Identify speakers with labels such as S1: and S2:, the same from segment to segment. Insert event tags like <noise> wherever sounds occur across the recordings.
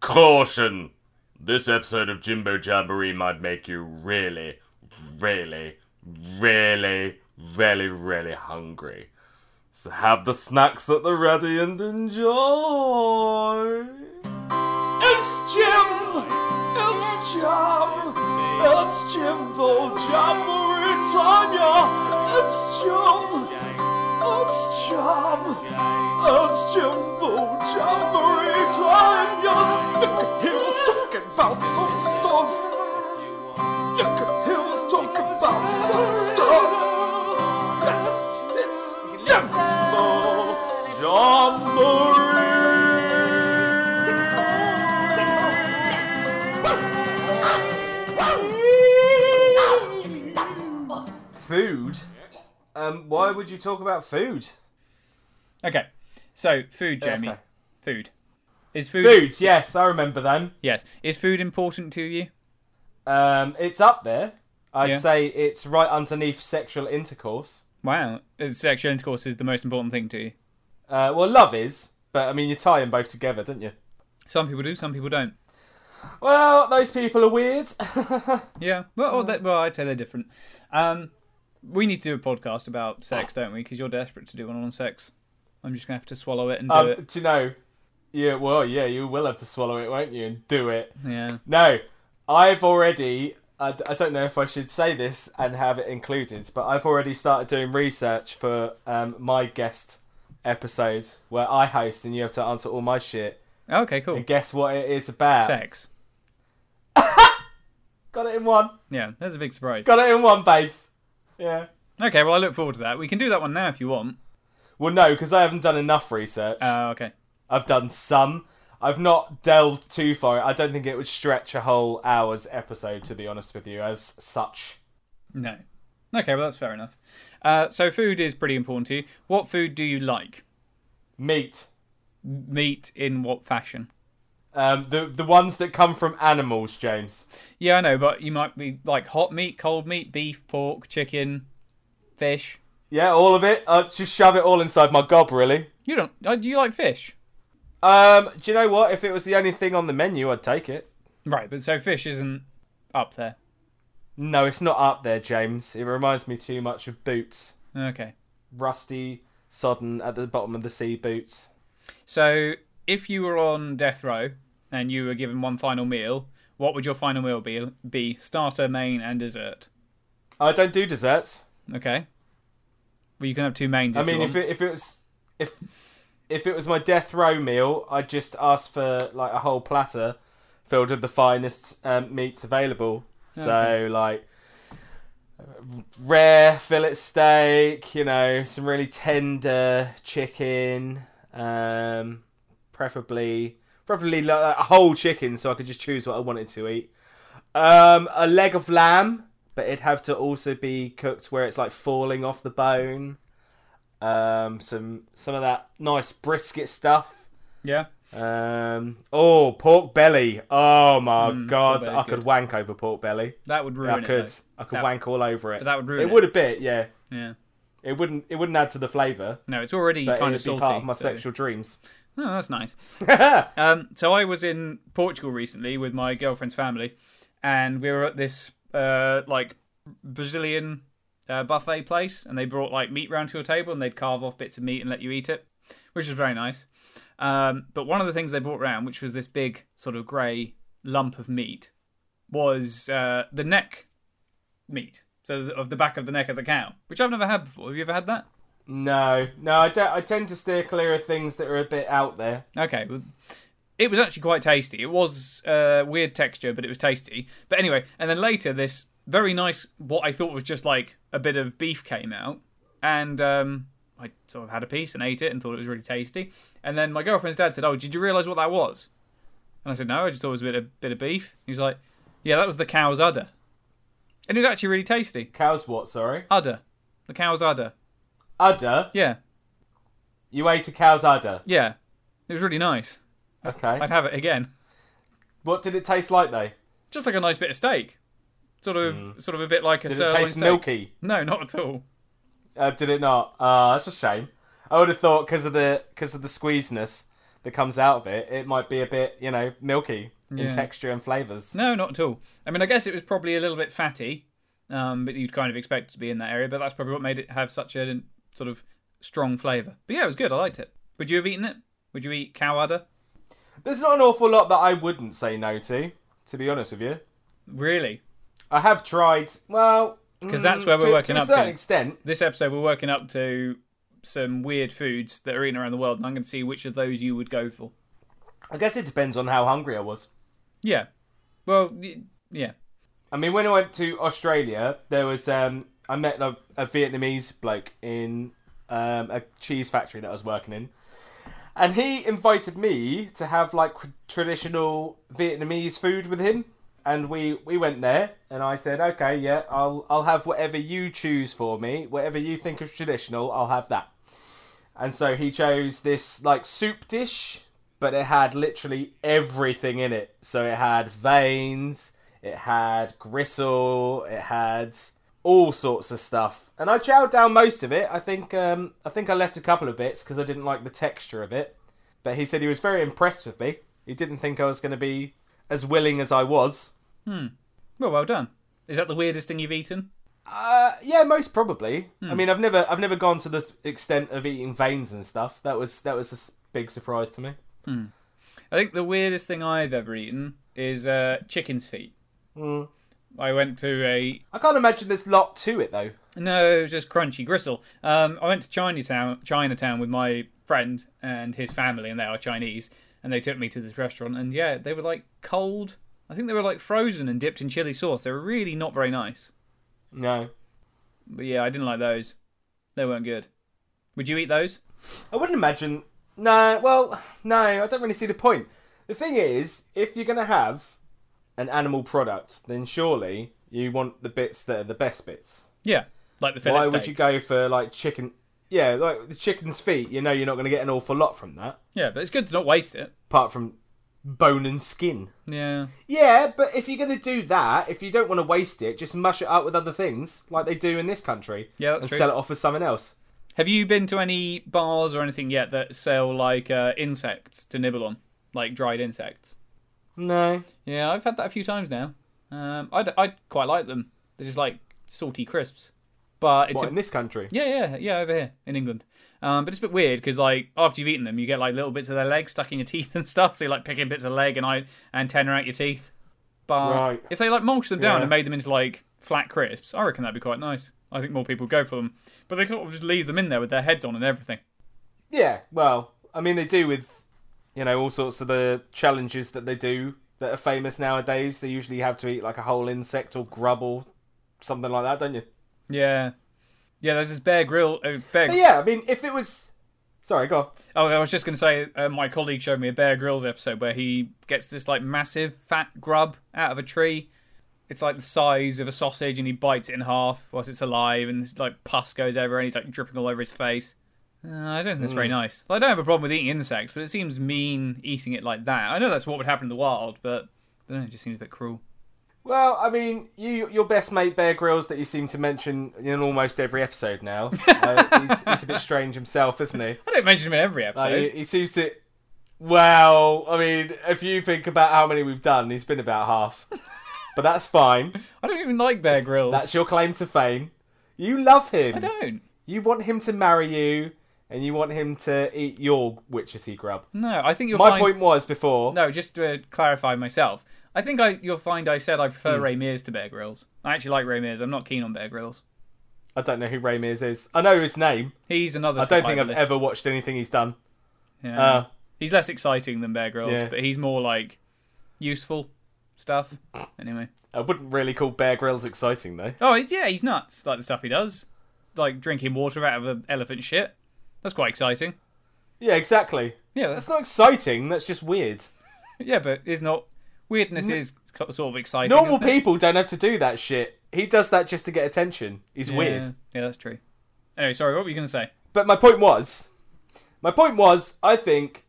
S1: Caution! This episode of Jimbo Jamboree might make you really, really, really, really, really hungry. So have the snacks at the ready and enjoy! It's Jim! It's Jam! It's Jimbo Jamboree Tanya! It's Jim! It's Jam! It's Jimbo Jamboree Tanya! Look at him talking about some stuff! Look at him talking about some stuff! It's, it's Jimbo Food? Um, why would you talk about food?
S2: Okay. So food, Jamie.
S1: Okay.
S2: Food. Is food,
S1: Food, yes, I remember them.
S2: Yes. Is food important to you?
S1: Um, it's up there. I'd
S2: Yeah.
S1: say it's right underneath sexual intercourse.
S2: Wow. Is sexual intercourse is the most important thing to you.
S1: Uh, well, love is, but I mean, you tie them both together, don't you?
S2: Some people do, some people don't.
S1: Well, those people are weird. <laughs>
S2: Yeah. Well, or they, well, I'd say they're different. Um, we need to do a podcast about sex, don't we? Because you're desperate to do one on sex. I'm just gonna have to swallow it and do
S1: um,
S2: it.
S1: do you know? Yeah, well, yeah, you will have to swallow it, won't you? And do it.
S2: Yeah.
S1: No, I've already. I, d- I don't know if I should say this and have it included, but I've already started doing research for um, my guest episode where I host and you have to answer all my shit.
S2: Okay. Cool.
S1: And guess what it is about?
S2: Sex.
S1: Got it in one.
S2: Yeah. That's a big surprise.
S1: Got it in one, babes. Yeah.
S2: Okay. Well, I look forward to that. We can do that one now if you want.
S1: Well, no, because I haven't done enough research.
S2: Uh, okay.
S1: I've done some. I've not delved too far. I don't think it would stretch a whole hour's episode, to be honest with you, as such.
S2: No. Okay. Well, that's fair enough. Uh, so food is pretty important to you. What food do you like?
S1: Meat.
S2: Meat in what fashion?
S1: Um, the the ones that come from animals, James.
S2: Yeah, I know, but you might be like hot meat, cold meat, beef, pork, chicken, fish.
S1: Yeah, all of it. Uh, just shove it all inside my gob, really.
S2: You don't? uh, Do you like fish?
S1: Um, do you know what? If it was the only thing on the menu, I'd take it.
S2: Right, but so fish isn't up there.
S1: No, it's not up there, James. It reminds me too much of boots.
S2: Okay.
S1: Rusty, sodden, at the bottom of the sea boots.
S2: So if you were on death row and you were given one final meal, what would your final meal be? Be starter, main, and dessert.
S1: I don't do desserts.
S2: Okay. Well, you can have two mains.
S1: I mean,
S2: you
S1: if
S2: want.
S1: it, if it was if if it was my death row meal, I'd just ask for like a whole platter filled with the finest um, meats available. So like rare fillet steak, you know, some really tender chicken, um, preferably preferably like a whole chicken, so I could just choose what I wanted to eat. Um, a leg of lamb, but it'd have to also be cooked where it's like falling off the bone um, some some of that nice brisket stuff.
S2: yeah.
S1: Um, oh, pork belly! Oh my
S2: Mm,
S1: god,
S2: belly's
S1: I could
S2: good.
S1: wank over pork belly.
S2: That would ruin
S1: I could,
S2: it.
S1: I could
S2: That-
S1: wank all over it.
S2: but that would ruin
S1: it.
S2: it.
S1: would a bit, yeah.
S2: though. Yeah.
S1: It wouldn't. It wouldn't add to the flavour,
S2: No, it's already
S1: but it
S2: kind
S1: would
S2: of salty.
S1: be part of my
S2: so-
S1: sexual dreams.
S2: Oh, that's
S1: <laughs>
S2: nice. Um, so I was in Portugal recently with my girlfriend's family, and we were at this uh, like Brazilian uh, buffet place, and they brought like meat round to your table, and they'd carve off bits of meat and let you eat it, which was very nice. Um, but one of the things they brought round, which was this big sort of grey lump of meat, was uh, the neck meat, so of the back of the neck of the cow, which I've never had before. Have you ever had that?
S1: No, no, I don't. I tend to steer clear of things that are a bit out there.
S2: Okay. Well, it was actually quite tasty. It was uh, weird texture, but it was tasty. But anyway, and then later, this very nice, what I thought was just like a bit of beef came out, and um, I sort of had a piece and ate it and thought it was really tasty. And then my girlfriend's dad said, "Oh, did you realise what that was?" And I said, "No, I just thought it was a bit of bit of beef." He was like, "Yeah, that was the cow's udder," and it was actually really tasty.
S1: Cows, what? Sorry,
S2: Udder, the cow's udder.
S1: udder.
S2: Yeah,
S1: You ate a cow's udder.
S2: yeah, it was really nice.
S1: Okay.
S2: I'd have it again.
S1: What did it taste like though?
S2: just like a nice bit of steak, sort of, sort of a bit like a
S1: Mm. Did it
S2: sirloin
S1: taste
S2: steak.
S1: milky?
S2: No, not at all.
S1: Uh, did it not? Ah, that's a shame. I would have thought because of the because of the squeezeness that comes out of it, it might be a bit, you know, milky
S2: Yeah.
S1: in texture and flavors.
S2: No, not at all. I mean, I guess it was probably a little bit fatty, um, but you'd kind of expect it to be in that area. But that's probably what made it have such a sort of strong flavour. But yeah, it was good. I liked it. Would you have eaten it? Would you eat cow udder?
S1: There's not an awful lot that I wouldn't say no to, to be honest with you.
S2: Really?
S1: I have tried, well, mm,
S2: 'Cause that's where we're
S1: to,
S2: working
S1: to
S2: up
S1: a certain
S2: to.
S1: extent.
S2: This episode, we're working up to some weird foods that are eaten around the world, and I'm going to see which of those you would go for.
S1: I guess it depends on how hungry I was.
S2: Yeah. Well, y- yeah.
S1: I mean, when I went to Australia, there was um, I met a, a Vietnamese bloke in um, a cheese factory that I was working in, and he invited me to have like traditional Vietnamese food with him. And we, we went there, and I said, "Okay, yeah, I'll I'll have whatever you choose for me, whatever you think is traditional, I'll have that." And so he chose this like soup dish, but it had literally everything in it. So it had veins, it had gristle, it had all sorts of stuff. And I chowed down most of it. I think um, I think I left a couple of bits because I didn't like the texture of it. But he said he was very impressed with me. He didn't think I was going to be as willing as I was.
S2: Well, well done. Is that the weirdest thing you've eaten?
S1: Uh, yeah, most probably. I mean, I've never I've never gone to the extent of eating veins and stuff. That was that was a s- big surprise to me.
S2: I think the weirdest thing I've ever eaten is uh, chicken's feet.
S1: Mm.
S2: I went to a
S1: I can't imagine there's lot to it though.
S2: No, it was just crunchy gristle. Um, I went to Chinatown, Chinatown with my friend and his family, and they are Chinese. And they took me to this restaurant, and yeah, they were like cold. I think they were like frozen and dipped in chili sauce. They were really not very nice.
S1: No,
S2: But yeah, I didn't like those. They weren't good. Would you eat those?
S1: I wouldn't imagine. No, well, no, I don't really see the point. The thing is, if you're gonna have an animal product, then surely you want the bits that are the best bits.
S2: Yeah, like the fillet
S1: Why
S2: steak.
S1: would you go for like chicken? Yeah, like the chicken's feet. You know, you're not gonna get an awful lot from that,
S2: Yeah, but it's good to not waste it.
S1: apart from bone and skin.
S2: Yeah,
S1: Yeah, but if you're going to do that, if you don't want to waste it, just mush it up with other things like they do in this country.
S2: Yeah, that's
S1: and
S2: true.
S1: sell it off as something else.
S2: Have you been to any bars or anything yet that sell like uh, insects to nibble on, like dried insects?
S1: No.
S2: Yeah, I've had that a few times now. Um, I I quite like them. They're just like salty crisps, but it's
S1: What,
S2: a,
S1: in this country?
S2: yeah yeah yeah over here in England. Um, but it's a bit weird because like after you've eaten them, you get like little bits of their leg stuck in your <laughs> teeth and stuff. So you're like picking bits of leg and I antenna out your teeth. But
S1: Right.
S2: if they like mulched them down
S1: Yeah.
S2: and made them into like flat crisps, I reckon that'd be quite nice. I think more people would go for them, but they could just leave them in there with their heads on and everything.
S1: Yeah, well, I mean, they do with, you know, all sorts of the challenges that they do that are famous nowadays. They usually have to eat like a whole insect or grub or something like that, don't you?
S2: Yeah, yeah. There's this bear grill. Uh, bear,
S1: But yeah, I mean, if it was. Sorry, go on.
S2: Oh, I was just going to say, uh, my colleague showed me a Bear Grylls episode where he gets this like massive fat grub out of a tree. It's like the size of a sausage, and he bites it in half whilst it's alive, and this, like pus goes over, and he's like dripping all over his face. Uh, I don't think that's
S1: Hmm.
S2: very nice. I don't have a problem with eating insects, but it seems mean eating it like that. I know that's what would happen in the wild, but I don't know, it just seems a bit cruel.
S1: Well, I mean, you your best mate Bear Grylls that you seem to mention in almost every episode now. uh, he's, he's a bit strange himself, isn't he?
S2: I don't mention him in every episode.
S1: Like, he, he seems to. Well, I mean, if you think about how many we've done, he's been about half. but that's fine.
S2: I don't even like Bear Grylls.
S1: <laughs> That's your claim to fame. You love him.
S2: I don't.
S1: You want him to marry you, and you want him to eat your witchetty grub.
S2: No, I think you'll
S1: My
S2: find...
S1: point was before.
S2: No, just to uh, clarify myself, I think I you'll find I said I prefer
S1: Hmm.
S2: Ray Mears to Bear Grylls. I actually like Ray Mears. I'm not keen on Bear Grylls.
S1: I don't know who Ray Mears is. I know his name.
S2: He's another.
S1: I don't think I've
S2: survivalist. Mm.
S1: ever watched anything he's done.
S2: Yeah.
S1: Uh,
S2: he's less exciting than Bear Grylls,
S1: Yeah.
S2: but he's more like useful stuff. Anyway.
S1: I wouldn't really call Bear Grylls exciting though.
S2: Oh yeah, he's nuts. Like the stuff he does, like drinking water out of an elephant shit. That's quite exciting.
S1: Yeah, exactly.
S2: Yeah, that's,
S1: That's not exciting. That's just weird.
S2: yeah, but is not weirdness is co- sort of exciting.
S1: Normal
S2: isn't it?
S1: people don't have to do that shit. He does that just to get attention. He's
S2: Yeah.
S1: weird.
S2: Yeah, that's true. Anyway, sorry. What were you gonna say?
S1: But my point was, my point was, I think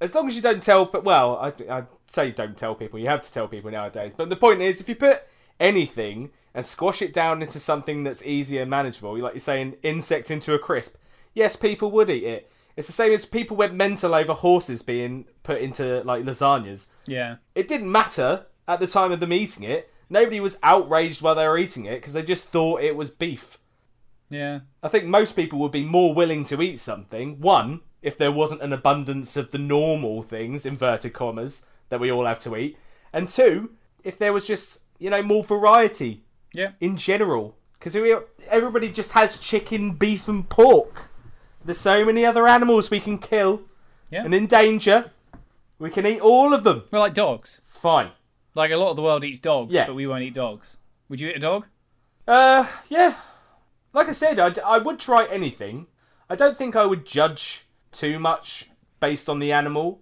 S1: as long as you don't tell, but well, I, I say don't tell people. You have to tell people nowadays. But the point is, if you put anything and squash it down into something that's easier and manageable, like you're saying insect into a crisp, yes, people would eat it. It's the same as people went mental over horses being put into like lasagnas.
S2: Yeah.
S1: It didn't matter at the time of them eating it. Nobody was outraged while they were eating it because they just thought it was beef.
S2: Yeah.
S1: I think most people would be more willing to eat something, one, if there wasn't an abundance of the normal things, inverted commas, that we all have to eat, and two, if there was just, you know, more variety
S2: Yeah.
S1: in general. Because everybody just has chicken, beef, and pork. There's so many other animals we can kill
S2: Yeah.
S1: and endanger. We can eat all of them.
S2: We're like dogs.
S1: It's fine.
S2: Like a lot of the world eats dogs,
S1: Yeah.
S2: but we won't eat dogs. Would you eat a dog?
S1: Uh, yeah. Like I said, I'd, I would try anything. I don't think I would judge too much based on the animal.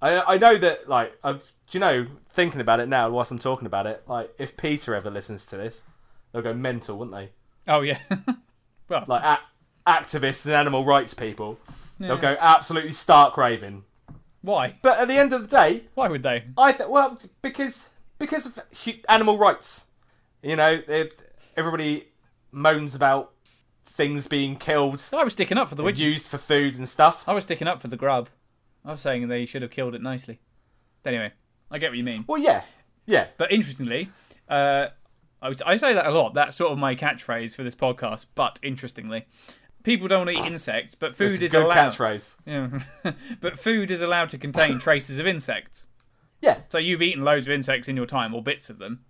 S1: I I know that like I've do you know thinking about it now whilst I'm talking about it like if Peter ever listens to this they'll go mental wouldn't they
S2: Oh yeah. <laughs> well,
S1: like a- activists and animal rights people
S2: yeah.
S1: they'll go absolutely stark raving
S2: Why?
S1: but at the end of the day
S2: Why would they?
S1: I th- well because because of hu- animal rights, you know, it, everybody moans about things being killed,
S2: I was sticking up for the witch.
S1: used for food and stuff.
S2: I was sticking up for the grub. I was saying they should have killed it nicely. Anyway, I get what you mean.
S1: Well, yeah, yeah,
S2: But interestingly, uh, I, was, I say that a lot. That's sort of my catchphrase for this podcast. But interestingly, people don't want to eat insects, but food
S1: it's a
S2: is
S1: good
S2: allowed.
S1: catchphrase.
S2: Yeah. <laughs> but food is allowed to contain traces of insects.
S1: Yeah,
S2: So you've eaten loads of insects in your time, or bits of them.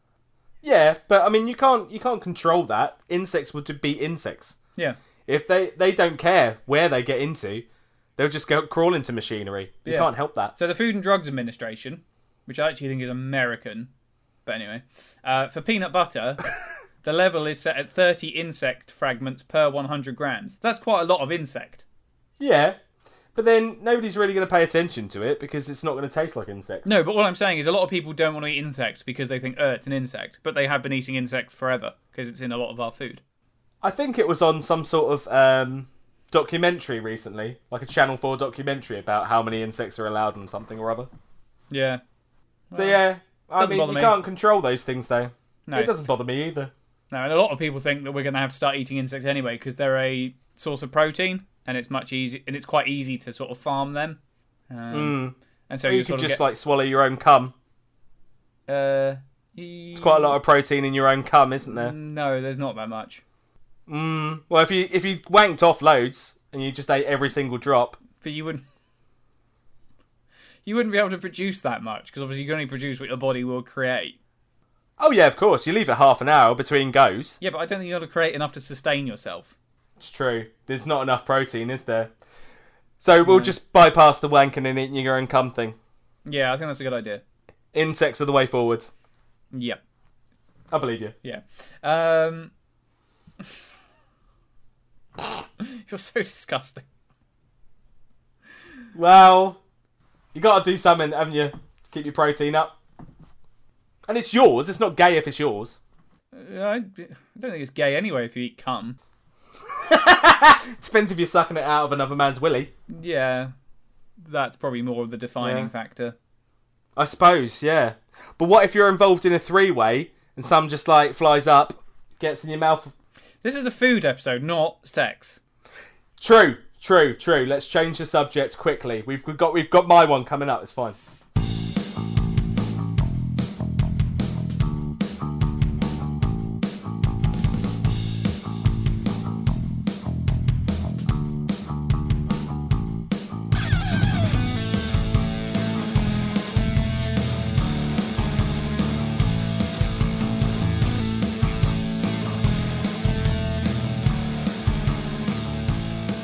S1: yeah, but I mean, you can't you can't control that. Insects would be insects.
S2: Yeah.
S1: If they they don't care where they get into, they'll just go crawl into machinery. You
S2: Yeah.
S1: can't help that.
S2: So the Food and Drugs Administration, which I actually think is American, but anyway, uh, for peanut
S1: <laughs>
S2: butter, the level is set at 30 insect fragments per 100 grams. That's quite a lot of insect.
S1: Yeah. But then nobody's really going to pay attention to it because it's not going to taste like insects.
S2: No, but all I'm saying is a lot of people don't want to eat insects because they think, oh, it's an insect, but they have been eating insects forever because it's in a lot of our food.
S1: I think it was on some sort of um, documentary recently, like a Channel Four documentary about how many insects are allowed and something or other.
S2: Yeah.
S1: so yeah, I
S2: doesn't
S1: mean, you
S2: bother me.
S1: can't control those things though.
S2: No.
S1: It doesn't bother me either.
S2: No, and a lot of people think that we're going to have to start eating insects anyway because they're a source of protein and it's much easy and it's quite easy to sort of farm them. Um, And so
S1: Mm. You,
S2: you
S1: could
S2: sort of
S1: just
S2: get,
S1: like swallow your own cum.
S2: Uh,
S1: There's quite a lot of protein in your own cum, isn't there?
S2: No, there's not that much.
S1: Mm. Well, if you if you wanked off loads and you just ate every single drop,
S2: But you wouldn't. You wouldn't be able to produce that much because obviously you can only produce what your body will create.
S1: oh yeah, of course, you leave it half an hour between goes.
S2: Yeah, but I don't think you're able to create enough to sustain yourself.
S1: It's true. There's not enough protein, is there? So we'll just bypass the wanking and eating your own cum thing.
S2: Yeah, I think that's a good idea.
S1: Insects are the way forward.
S2: Yep.
S1: I believe you.
S2: Yeah. Um. <laughs> you're so disgusting.
S1: Well, you got to do something, haven't you, to keep your protein up? And it's yours. It's not gay if it's yours. <laughs>
S2: Uh, I I don't think it's gay anyway if you eat cum.
S1: Depends if you're sucking it out of another man's willy.
S2: Yeah. That's probably more of the defining
S1: Yeah.
S2: factor.
S1: I suppose, yeah. But what if you're involved in a three-way and some just like flies up, gets in your mouth?
S2: This is a food episode, not sex.
S1: True, true, true. Let's change the subject quickly. We've we've got we've got my one coming up. It's fine.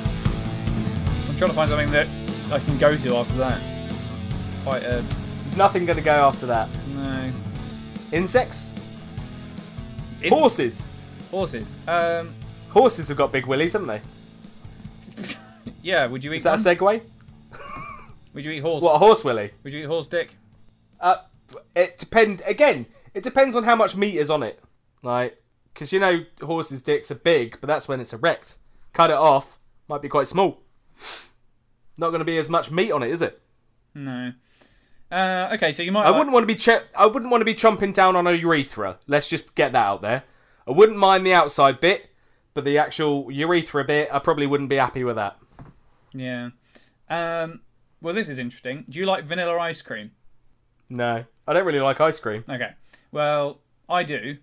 S2: I'm trying to find something that I can go to after that. Quite a
S1: There's nothing going to go after that.
S2: no.
S1: Insects,
S2: In-
S1: horses.
S2: Horses. Um,
S1: Horses have got big willies, haven't they?
S2: yeah. Would you eat?
S1: Is that a
S2: one?
S1: segue?
S2: Would you eat horse?
S1: What a horse willy?
S2: Would you eat horse dick?
S1: Uh, it depend again. It depends on how much meat is on it, like because you know horses' dicks are big, but that's when it's erect. Cut it off, might be quite small. Not going to be as much meat on it, is it?
S2: No. Uh, okay, so you might.
S1: I wouldn't want to be ch- I wouldn't want to be chomping down on a urethra. Let's just get that out there. I wouldn't mind the outside bit, but the actual urethra bit, I probably wouldn't be happy with that.
S2: Yeah. Um, well, this is interesting. Do you like vanilla ice cream?
S1: No, I don't really like ice cream.
S2: Okay. Well, I do.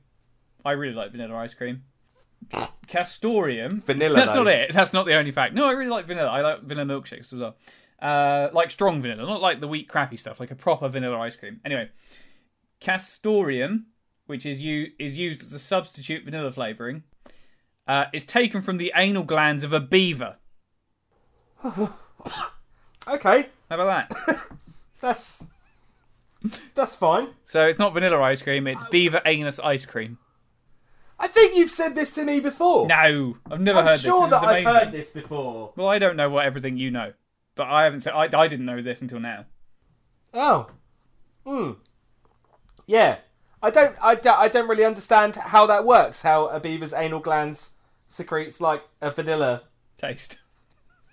S2: I really like vanilla ice cream. Castorium.
S1: Vanilla.
S2: That's
S1: though.
S2: not it. That's not the only fact. No, I really like vanilla. I like vanilla milkshakes as well. Uh, like strong vanilla, not like the weak, crappy stuff. Like a proper vanilla ice cream. Anyway, castorium, which is u- is used as a substitute vanilla flavoring, uh, is taken from the anal glands of a beaver.
S1: Okay,
S2: How about that?
S1: that's that's fine.
S2: so it's not vanilla ice cream. It's beaver anus ice cream.
S1: I think you've said this to me before.
S2: No, I've never
S1: I'm
S2: heard
S1: sure
S2: this. This
S1: that
S2: is
S1: I've
S2: amazing.
S1: heard this before.
S2: Well, I don't know what everything you know, but I haven't said. I, I didn't know this until now.
S1: Oh. Hmm. Yeah. I don't, I don't I don't really understand how that works. How a beaver's anal glands secretes like a vanilla.
S2: Taste. <laughs>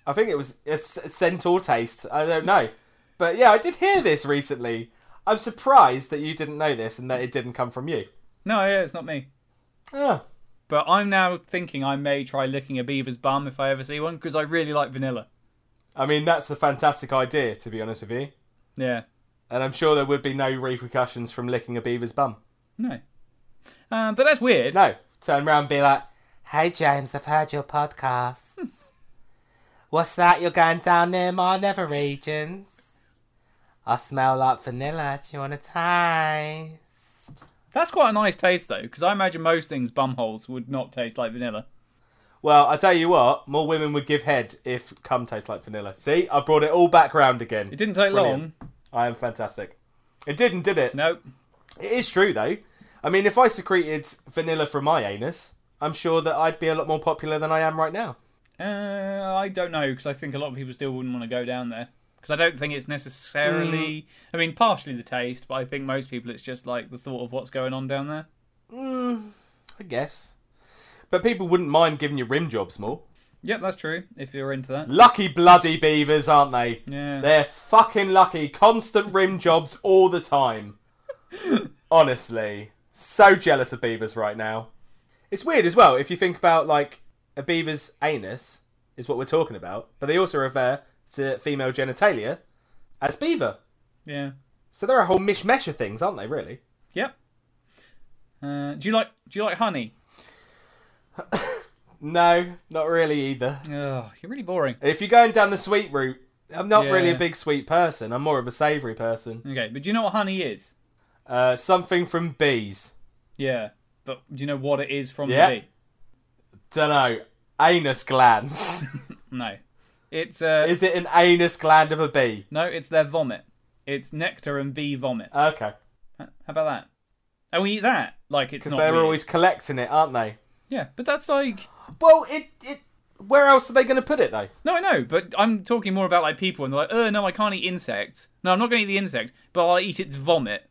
S1: I think it was a s- centaur taste. I don't know. But yeah, I did hear this recently. I'm surprised that you didn't know this and that it didn't come from you.
S2: No, yeah, it's not me.
S1: Oh.
S2: But I'm now thinking I may try licking a beaver's bum if I ever see one because I really like vanilla.
S1: I mean, that's a fantastic idea, to be honest with you.
S2: Yeah.
S1: And I'm sure there would be no repercussions from licking a beaver's bum.
S2: No. Um, but that's weird.
S1: No. Turn around and be like, Hey James, I've heard your podcast. What's that you're going down near my nether regions? I smell like vanilla. Do you want a taste?
S2: That's quite a nice taste though, because I imagine most things bum holes would not taste like vanilla.
S1: Well, I tell you what, more women would give head if cum tastes like vanilla. See, I brought it all back round again.
S2: It didn't take
S1: Brilliant.
S2: long.
S1: I am fantastic. It didn't, did it?
S2: Nope.
S1: It is true though. I mean, if I secreted vanilla from my anus, I'm sure that I'd be a lot more popular than I am right now.
S2: Uh, I don't know because I think a lot of people still wouldn't want to go down there because I don't think it's
S1: Mm.
S2: necessarily. I mean, partially the taste, but I think most people it's just like the thought of what's going on down there.
S1: I guess. But people wouldn't mind giving you rim jobs more.
S2: Yep, that's true. If you're into that,
S1: Lucky bloody beavers, aren't they?
S2: yeah.
S1: They're fucking lucky. Constant rim jobs all the time. Honestly. So jealous of beavers right now. It's weird as well if you think about like a beaver's anus is what we're talking about, but they also refer to female genitalia as beaver.
S2: Yeah.
S1: So they're a whole mishmash of things, aren't they, really?
S2: Yep. Uh, do you like Do you like honey?
S1: No, not really either.
S2: Oh, you're really boring.
S1: If you're going down the sweet route, I'm not really
S2: Yeah.
S1: a big sweet person. I'm more of a savoury person.
S2: Okay, but do you know what honey is?
S1: Uh, something from bees.
S2: Yeah, but do you know what it is from
S1: Yeah.
S2: the bee?
S1: Dunno. Anus glands. <laughs>
S2: No, it's uh,
S1: Is it an anus gland of a bee?
S2: no, it's their vomit. It's nectar and bee vomit.
S1: Okay.
S2: How about that? And we eat that like it's
S1: Because
S2: not.
S1: they're
S2: weird.
S1: always collecting it, aren't they?
S2: Yeah, but that's like
S1: Well, it, it. Where else are they going to put it, though?
S2: no, I know, but I'm talking more about like people and they're like, oh no, I can't eat insects. No, I'm not going to eat the insect, but I'll eat its vomit.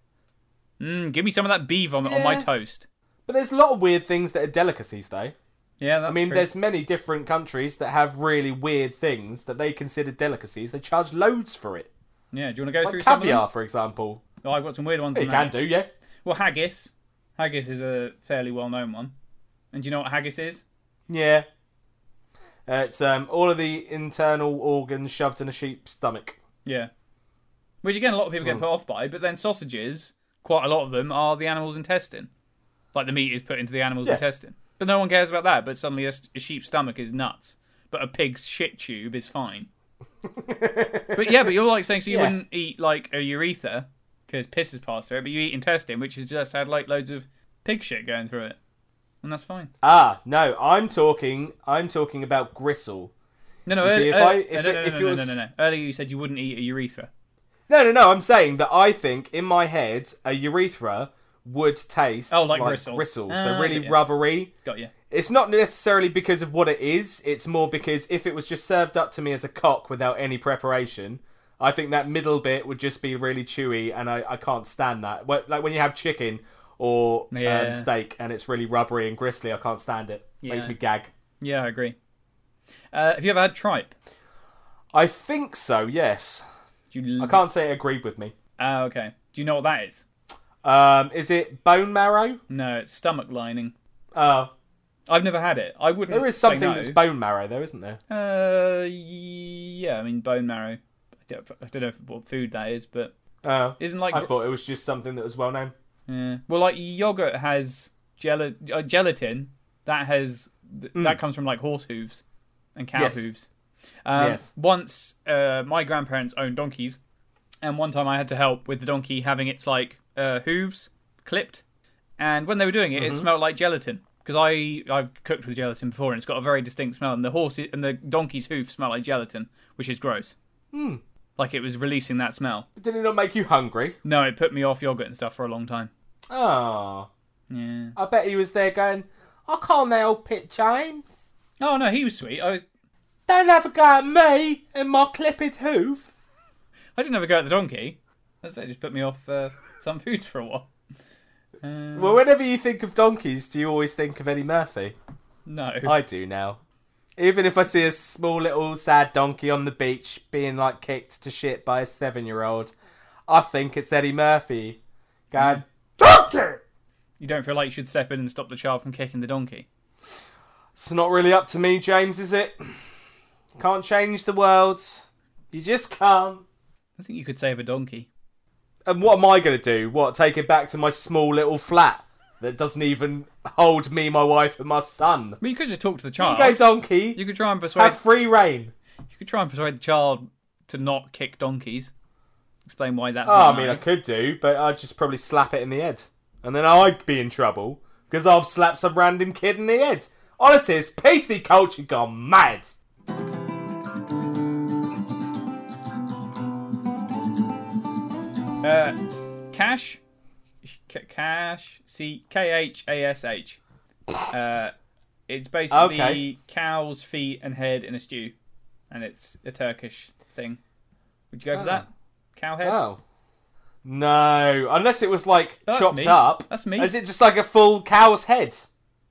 S2: Mm, give me some of that bee vomit on my
S1: Yeah.
S2: toast.
S1: But there's a lot of weird things that are delicacies, though.
S2: Yeah, that's
S1: I mean,
S2: true.
S1: there's many different countries that have really weird things that they consider delicacies. They charge loads for it.
S2: yeah. Do you want to go through
S1: Like
S2: some of them?
S1: caviar, for example.
S2: Oh, I've got some weird ones.
S1: You
S2: on
S1: can
S2: that.
S1: do, yeah.
S2: Well, haggis. Haggis is a fairly well-known one. And do you know what haggis is?
S1: Yeah. Uh, it's um, all of the internal organs shoved in a sheep's stomach.
S2: Yeah. Which again, a lot of
S1: Hmm.
S2: people get put off by. But then sausages, quite a lot of them are the animal's intestine. Like the meat is put into the animal's
S1: Yeah.
S2: intestine. But no one cares about that. But suddenly, a, s- a sheep's stomach is nuts. But a pig's shit tube is
S1: <laughs>
S2: fine. but yeah, but you're like saying so you
S1: Yeah.
S2: wouldn't eat like a urethra because piss is passed through it, but you eat intestine, which has just had like loads of pig shit going through it, and that's fine.
S1: Ah, no, I'm talking. I'm talking about gristle.
S2: No, no,
S1: You
S2: early,
S1: see, if
S2: early-
S1: I- if
S2: no,
S1: it-
S2: no, no,
S1: if
S2: no,
S1: it
S2: no,
S1: was-
S2: no, no, no. Earlier you said you wouldn't eat a urethra.
S1: No, no, no. I'm saying that I think in my head a urethra would taste
S2: Oh, like gristle.
S1: so
S2: Ah,
S1: really
S2: yeah.
S1: rubbery.
S2: Got you.
S1: It's not necessarily because of what it is. It's more because if it was just served up to me as a cock without any preparation, I think that middle bit would just be really chewy, and I, I can't stand that. Wh- Like when you have chicken or
S2: Yeah.
S1: um, steak and it's really rubbery and gristly, I can't stand it. Makes
S2: Yeah.
S1: me gag.
S2: Yeah, I agree. Uh, have you ever had tripe?
S1: I think so. Yes,
S2: Do you...
S1: I can't say it agreed with me.
S2: Ah, okay. Do you know what that is?
S1: Um, is it bone marrow?
S2: No, it's stomach lining.
S1: Oh,
S2: I've never had it. I wouldn't.
S1: There is something
S2: say no.
S1: that's bone marrow, though, isn't there?
S2: Uh, yeah, I mean bone marrow. I don't, I don't know what food that is, but
S1: Oh,
S2: isn't like
S1: I thought it was just something that was well known.
S2: yeah. well, like yogurt has gel- uh, gelatin that has th- that comes from like horse hooves and cow
S1: Mm. Yes.
S2: hooves. Um,
S1: Yes.
S2: Once uh, my grandparents owned donkeys, and one time I had to help with the donkey having its like uh, hooves clipped, and when they were doing it,
S1: Mm-hmm.
S2: it smelled like gelatin because I I've cooked with gelatin before and it's got a very distinct smell, and the horse and the donkey's hooves smell like gelatin, which is gross.
S1: Hmm.
S2: Like it was releasing that smell.
S1: But did it not make you hungry?
S2: No, it put me off yogurt and stuff for a long time.
S1: Oh,
S2: Yeah.
S1: I bet he was there going, I can't help it, James.
S2: Oh no, he was sweet. I
S1: Don't have a go at me and my clipped hoof.
S2: I didn't have a go at the donkey. That's it. Just put me off uh, some foods for a while. Uh,
S1: Well, whenever you think of donkeys, do you always think of Eddie Murphy?
S2: no.
S1: I do now. Even if I see a small little sad donkey on the beach being like kicked to shit by a seven year old, I think it's Eddie Murphy. Going, Mm. Donkey!
S2: You don't feel like you should step in and stop the child from kicking the donkey.
S1: It's not really up to me, James, is it? Can't change the world. You just can't.
S2: I think you could save a donkey.
S1: And what am I going to do? What, take it back to my small little flat that doesn't even hold me, my wife, and my son?
S2: Well, you could just talk to the
S1: You go,
S2: child.
S1: donkey.
S2: You could try and persuade.
S1: Have free reign.
S2: You could try and persuade the child to not kick donkeys. Explain why that's.
S1: Oh,
S2: not
S1: I mean, I
S2: nice.
S1: could do, but I'd just probably slap it in the head. And then I'd be in trouble because I've slapped some random kid in the head. Honestly, it's PC culture gone mad.
S2: Uh, cash, C- cash, C K H A S H. Uh, it's basically
S1: Okay.
S2: cow's feet and head in a stew, and it's a Turkish thing. Would
S1: Ah.
S2: you go for that? Cow head.
S1: Oh. No, unless it was like
S2: That's
S1: chopped
S2: meat.
S1: up.
S2: That's meat.
S1: Is it just like a full cow's head?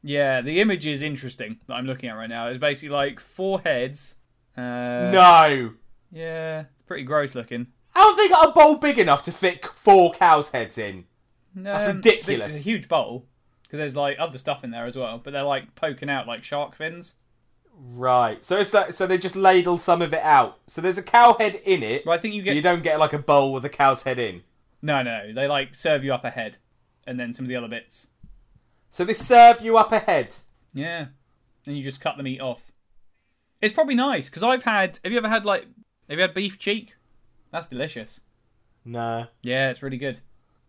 S2: Yeah, the image is interesting that I'm looking at right now. It's basically like four heads. Uh,
S1: no.
S2: Yeah, it's pretty gross looking.
S1: How have they got a bowl big enough to fit four cow's heads in?
S2: No,
S1: That's
S2: um, it's a big-
S1: ridiculous.
S2: It's a huge bowl because there's like other stuff in there as well, but they're like poking out like shark fins.
S1: Right. So it's that. So they just ladle some of it out. So there's a cow head in it.
S2: But I think you
S1: but
S2: get
S1: You don't get like a bowl with a cow's head in.
S2: No, no, they like serve you up a head, and then some of the other bits.
S1: So they serve you up a head.
S2: Yeah, and you just cut the meat off. It's probably nice because I've had. Have you ever had like? Have you had beef cheek? That's delicious.
S1: No.
S2: Yeah, it's really good.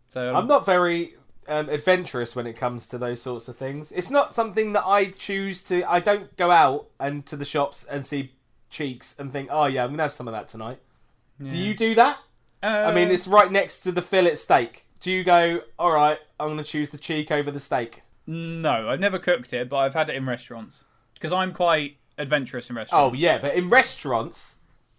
S2: So
S1: I'm not very um, adventurous when it comes to those sorts of things. It's not something that I choose to. I don't go out and to the shops and see cheeks and think, oh yeah, I'm gonna have some of that tonight. Do you do that?
S2: Uh,
S1: I mean, it's right next to the fillet steak. Do you go? All right, I'm gonna choose the cheek over the steak.
S2: no, I've never cooked it, but I've had it in restaurants because I'm quite adventurous in
S1: Oh
S2: restaurants.
S1: yeah, but in restaurants,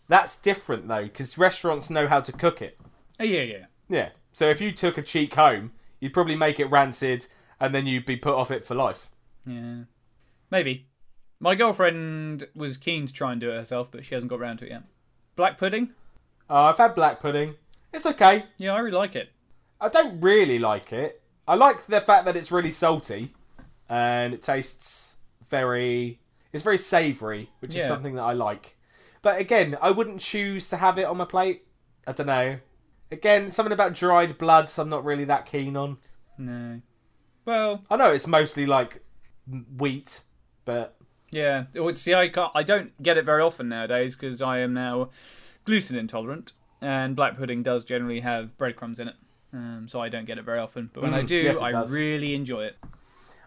S1: that's different though, because restaurants know how to cook it.
S2: Oh yeah, yeah.
S1: Yeah. So if you took a cheek home, you'd probably make it rancid, and then you'd be put off it for life.
S2: Yeah. Maybe. My girlfriend was keen to try and do it herself, but she hasn't got round to it yet. Black pudding?
S1: Uh, I've had black pudding. It's okay.
S2: Yeah, I really like it.
S1: I don't really like it. I like the fact that it's really salty, and it tastes very. It's very savoury, which
S2: Yeah.
S1: is something that I like. But again, I wouldn't choose to have it on my plate. I don't know. Again, something about dried blood. I'm not really that keen on.
S2: No. Well,
S1: I know it's mostly like m- wheat, but
S2: Yeah. Well, see, I can't, I don't get it very often nowadays because I am now gluten intolerant, and black pudding does generally have breadcrumbs in it, um, so I don't get it very often. But when I
S1: Mm,
S2: do,
S1: yes, it
S2: I
S1: does.
S2: really enjoy it.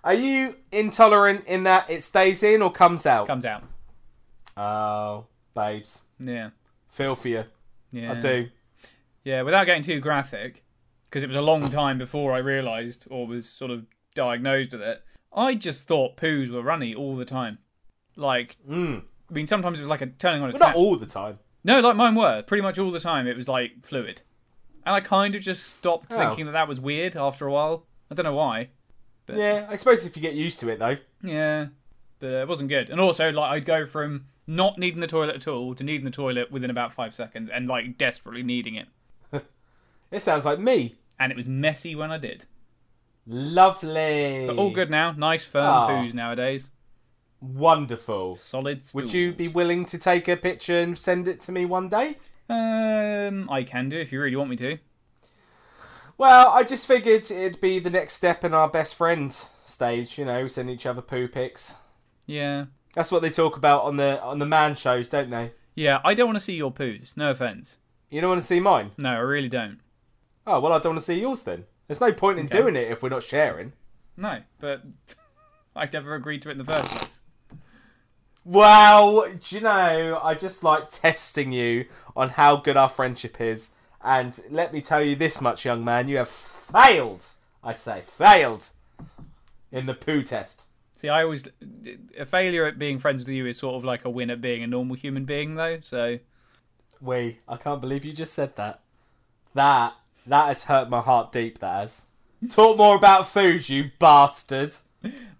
S1: are you intolerant in that it stays in or comes out?
S2: Comes out.
S1: oh, babes,
S2: Yeah.
S1: feel for you.
S2: Yeah.
S1: I do.
S2: Yeah. Without getting too graphic, because it was a long time before I realised or was sort of diagnosed with it. I just thought poos were runny all the time. Like,
S1: Mm.
S2: I mean, sometimes it was like a turning on a
S1: But
S2: tap.
S1: not all the time.
S2: No, like mine were pretty much all the time. It was like fluid, and I kind of just stopped
S1: Oh.
S2: thinking that that was weird after a while. I don't know why.
S1: Yeah, I suppose if you get used to it though.
S2: Yeah, but uh, it wasn't good. And also, like I'd go from not needing the toilet at all to needing the toilet within about five seconds, and like desperately needing it.
S1: It sounds like me.
S2: And it was messy when I did.
S1: Lovely.
S2: But all good now. Nice firm
S1: Ah.
S2: poos nowadays.
S1: Wonderful.
S2: Solid.
S1: Would you be
S2: stools.
S1: willing to take a picture and send it to me one day?
S2: Um, I can do if you really want me to.
S1: Well, I just figured it'd be the next step in our best friend stage. You know, we send each other poo pics.
S2: Yeah.
S1: That's what they talk about on the on the man shows, don't they?
S2: Yeah, I don't want to see your poos. No offense.
S1: You don't want to see mine.
S2: No, I really don't.
S1: Oh well, I don't want to see yours then. There's no point in
S2: Okay.
S1: doing it if we're not sharing.
S2: No, but <laughs> I never agreed to it in the first place.
S1: Well, do you know, I just like testing you on how good our friendship is. And let me tell you this much, young man, you have failed. I say, failed in the poo test.
S2: See, I always a failure at being friends with you is sort of like a win at being a normal human being, though. So
S1: We, I can't believe you just said that. That, that has hurt my heart deep, that has. Talk more about food, you bastard.